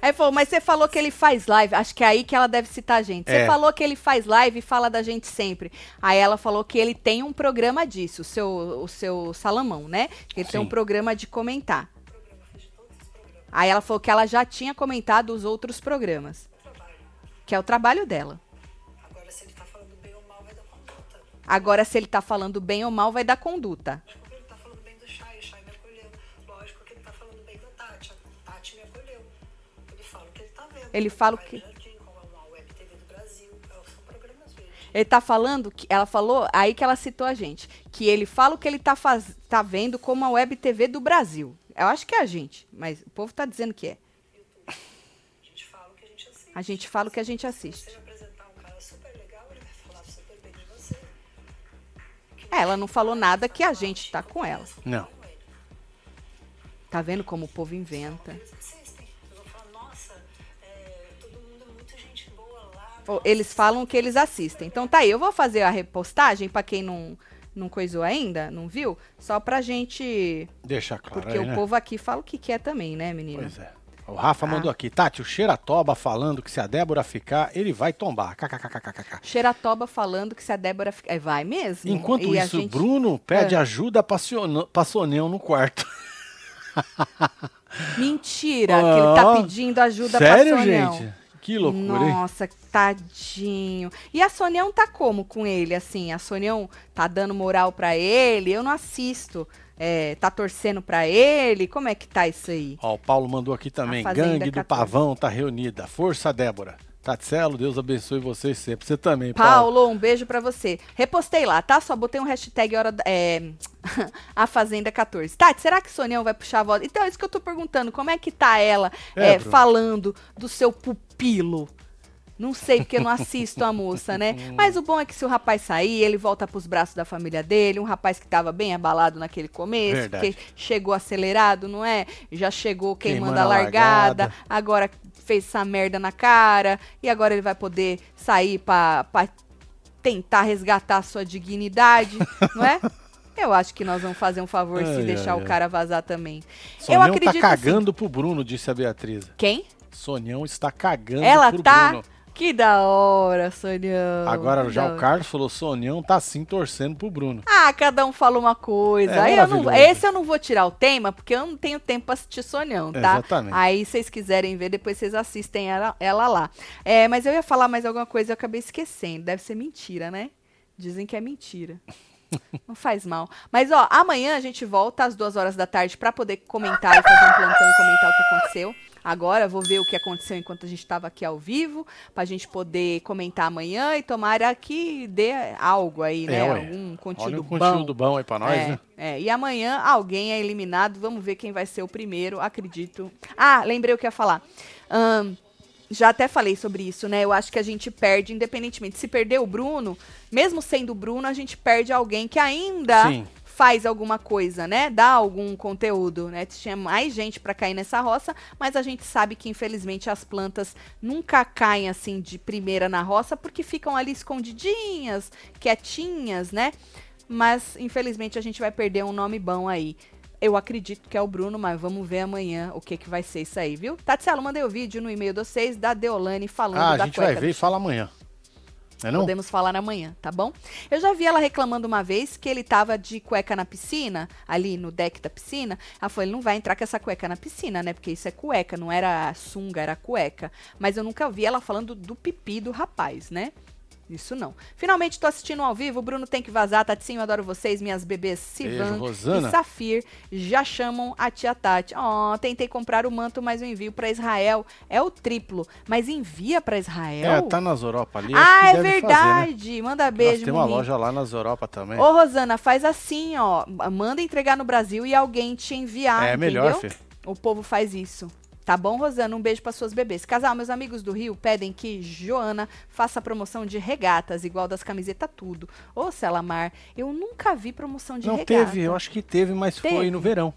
Aí falou, mas você falou que ele faz live. Acho que é aí que ela deve citar a gente. Você
É.
falou que ele faz live e fala da gente sempre. Aí ela falou que ele tem um programa disso, o seu, o seu Salamão, né? Ele tem um
Sim.
programa de comentar. Aí ela falou que ela já tinha comentado os outros programas,
é trabalho.
que é o trabalho dela.
Agora, se ele tá falando bem ou mal, vai dar conduta.
Agora, se ele tá falando bem ou mal, vai dar conduta.
Lógico que ele tá falando bem do Chay, o Chay me acolheu. Lógico que ele tá falando bem da Tati, a Tati me acolheu. Ele fala o que ele tá vendo.
Ele fala o
Rádio
que-
Jardim, como é uma web TV do Brasil, é, são programas verdes.
Ele tá falando, que ela falou, aí que ela citou a gente, que ele fala o que ele tá, faz, tá vendo como a web TV do Brasil. Eu acho que é a gente, mas o povo tá dizendo que é.
A gente fala o que a gente assiste.
A gente fala o que a gente
Se
assiste.
você apresentar um cara super legal, ele vai falar super bem de você.
É, ela não falou nada que a gente tá com ela.
Não.
Tá vendo como o povo inventa?
Eles assistem. Eu vou falar, nossa, é, todo mundo é muito gente boa lá.
Ou Eles falam o que eles assistem. Então tá aí, eu vou fazer a repostagem pra quem não, não coisou ainda, não viu, só pra gente.
Deixa claro
Porque
aí,
o
né?
povo Ah. aqui fala o que quer também, né, menina?
Pois é. O Rafa mandou aqui. Tati, o Xeratoba falando que se a Débora ficar, ele vai tombar. KKKKKK.
Xeratoba falando que se a Débora. fica- É, vai mesmo.
Enquanto
E a
isso, o
gente- Ah.
Bruno pede ajuda pra Sonel no quarto.
Mentira, que ele tá
Ah,
pedindo ajuda
Sério,
pra Sonião.
gente? Que loucura, hein?
Nossa, tadinho. E a Sonião tá como com ele, assim? A Sonião tá dando moral pra ele? Eu não assisto. É, tá torcendo pra ele? Como é que tá isso aí?
Ó, o Paulo mandou aqui também.
A Fazenda
Gangue do
14.
Pavão tá reunida. Força, Débora. Taticelo, Deus abençoe vocês sempre. Você também, Paulo.
Paulo, um beijo pra você. Repostei lá, tá? Só botei um hashtag hora da- é, a Fazenda 14. Tati, será que Sonião vai puxar a voz? Então, é isso que eu tô perguntando. Como é que tá ela
É,
é,
Bruno.
falando do seu pupilo? Não sei, porque eu não assisto a moça, né? Mas o bom é que se o rapaz sair, ele volta pros braços da família dele. Um rapaz que tava bem abalado naquele começo,
Verdade.
porque chegou acelerado, não é? Já chegou queimando,
Queimando
a
a
largada,
largada.
agora fez essa merda na cara, e agora ele vai poder sair pra, pra tentar resgatar a sua dignidade, não é? Eu acho que nós vamos fazer um favor se
Ai,
deixar
ai,
o
ai.
cara vazar também.
Sonel
eu acredito
tá
assim-
cagando pro Bruno, disse a Beatriz.
Quem?
Sonhão está cagando
Ela
pro
tá.
Bruno.
Que da hora, Sonião.
Agora
que
já
da
o
hora.
Carlos falou, Sonhão tá sim torcendo pro Bruno.
Ah, cada um fala uma coisa.
É
Aí eu não,
maravilhoso.
esse eu não vou tirar o tema, porque eu não tenho tempo pra assistir Sonhão, tá?
Exatamente.
Aí, se vocês quiserem ver, depois vocês assistem ela, ela lá. É, mas eu ia falar mais alguma coisa e eu acabei esquecendo. Deve ser mentira, né? Dizem que é mentira. Não faz mal. Mas, ó, amanhã a gente volta às duas horas da tarde pra poder comentar e fazer um plantão e comentar o que aconteceu. Agora eu vou ver o que aconteceu enquanto a gente estava aqui ao vivo, pra gente poder comentar amanhã e tomara que dê algo aí, né?
É, ué.
Algum
Olha
conteúdo
o
bom.
conteúdo bom aí pra nós,
é,
né?
é. E amanhã alguém é eliminado. Vamos ver quem vai ser o primeiro, acredito. Ah, lembrei o que eu ia falar. Ahn, já até falei sobre isso, né? Eu acho que a gente perde, independentemente. Se perder o Bruno, mesmo sendo o Bruno, a gente perde alguém que ainda
Sim.
faz alguma coisa, né? Dá algum conteúdo, né? Tinha mais gente pra cair nessa roça, mas a gente sabe que infelizmente as plantas nunca caem assim de primeira na roça porque ficam ali escondidinhas, quietinhas, né? Mas infelizmente a gente vai perder um nome bom aí. Eu acredito que é o Bruno, mas vamos ver amanhã o que que vai ser isso aí, viu? Tatielo, mandei o vídeo no e-mail de vocês da Deolane falando
Ah, a
da
gente
cueca
vai ver e fala amanhã. Não é não?
Podemos falar amanhã, tá bom? Eu já vi ela reclamando uma vez que ele tava de cueca na piscina, ali no deck da piscina. Ela falou, ele não vai entrar com essa cueca na piscina, né? Porque isso é cueca, não era sunga, era cueca. Mas eu nunca vi ela falando do pipi do rapaz, né? Isso não. Finalmente tô assistindo ao vivo. O Bruno tem que vazar. Taticinho, adoro vocês. Minhas bebês Sivan
Beijo, Rosana.
e Safir já chamam a tia Tati. Ó, tentei comprar o manto, mas o envio pra Israel é o triplo. Mas envia pra Israel?
É, tá nas Europa ali. acho que
Ah, é
deve Fazer, né?
verdade. Manda
Nós
beijo,
tem uma
Mimi.
loja lá nas Europa também.
Ô, Rosana, faz assim, ó. Manda entregar no Brasil e alguém te enviar.
é melhor,
ah, entendeu?
filho.
O povo faz isso. Tá bom, Rosana? Um beijo para suas bebês. Casal, meus amigos do Rio pedem que Joana faça promoção de regatas, igual das camisetas tudo. Ô, Celamar, eu nunca vi promoção de
Não
regata.
teve, eu acho que teve, mas
Teve?
foi no verão.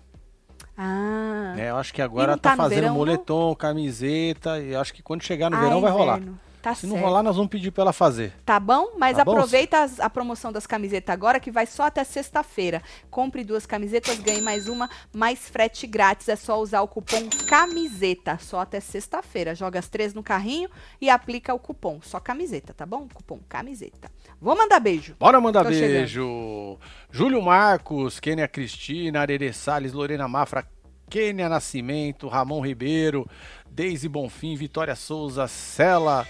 Ah.
né? Eu acho que agora
não
tá,
tá no
fazendo
verão, não?
moletom, camiseta, e acho que quando chegar É, no
Ah,
verão vai rolar.
inverno. Tá
Se
certo.
não rolar, nós vamos pedir pra ela fazer.
Tá bom? Mas
Tá bom,
aproveita as- a promoção das camisetas agora, que vai só até sexta-feira. Compre duas camisetas, ganhe mais uma, mais frete grátis. É só usar o cupom CAMISETA, só até sexta-feira. Joga as três no carrinho e aplica o cupom. Só camiseta, tá bom? Cupom CAMISETA. Vou mandar beijo.
Bora mandar
Tô chegando.
beijo. Júlio Marcos, Kênia Cristina, Arerê Salles, Lorena Mafra, Kênia Nascimento, Ramon Ribeiro, Deise Bonfim, Vitória Souza, Cela.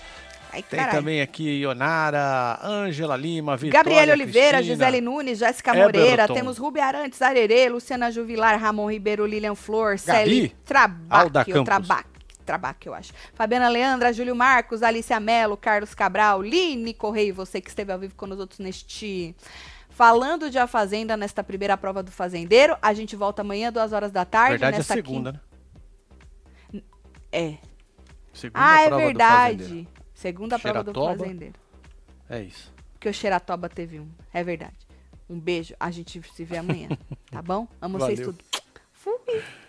Ai,
Tem
caralho.
também aqui Ionara, Ângela Lima, Vitória
Gabriela Oliveira,
Cristina.
Gisele Nunes, Jéssica Moreira,
Eberton.
temos Rubi Arantes, Arerê, Luciana Juvilar, Ramon Ribeiro, Lilian Flor, Celi
Alda
Trabac,
Campos.
ou Trabac, Trabac, eu acho. Fabiana Leandra, Júlio Marcos, Alicia Mello, Carlos Cabral, Line Correia, e você que esteve ao vivo com os outros neste... Falando de A Fazenda, nesta primeira prova do Fazendeiro, a gente volta amanhã, duas horas da
Na
tarde.
verdade é
nesta
segunda, né?
quin- É.
Segunda
Ah, é
prova do Fazendeiro.
verdade. Segunda prova do
Xeratoba.
Fazendeiro.
É isso.
Porque o Xeratoba teve um. É verdade. Um beijo. A gente se vê amanhã. tá bom? Amo vocês
Valeu.
tudo. Fui.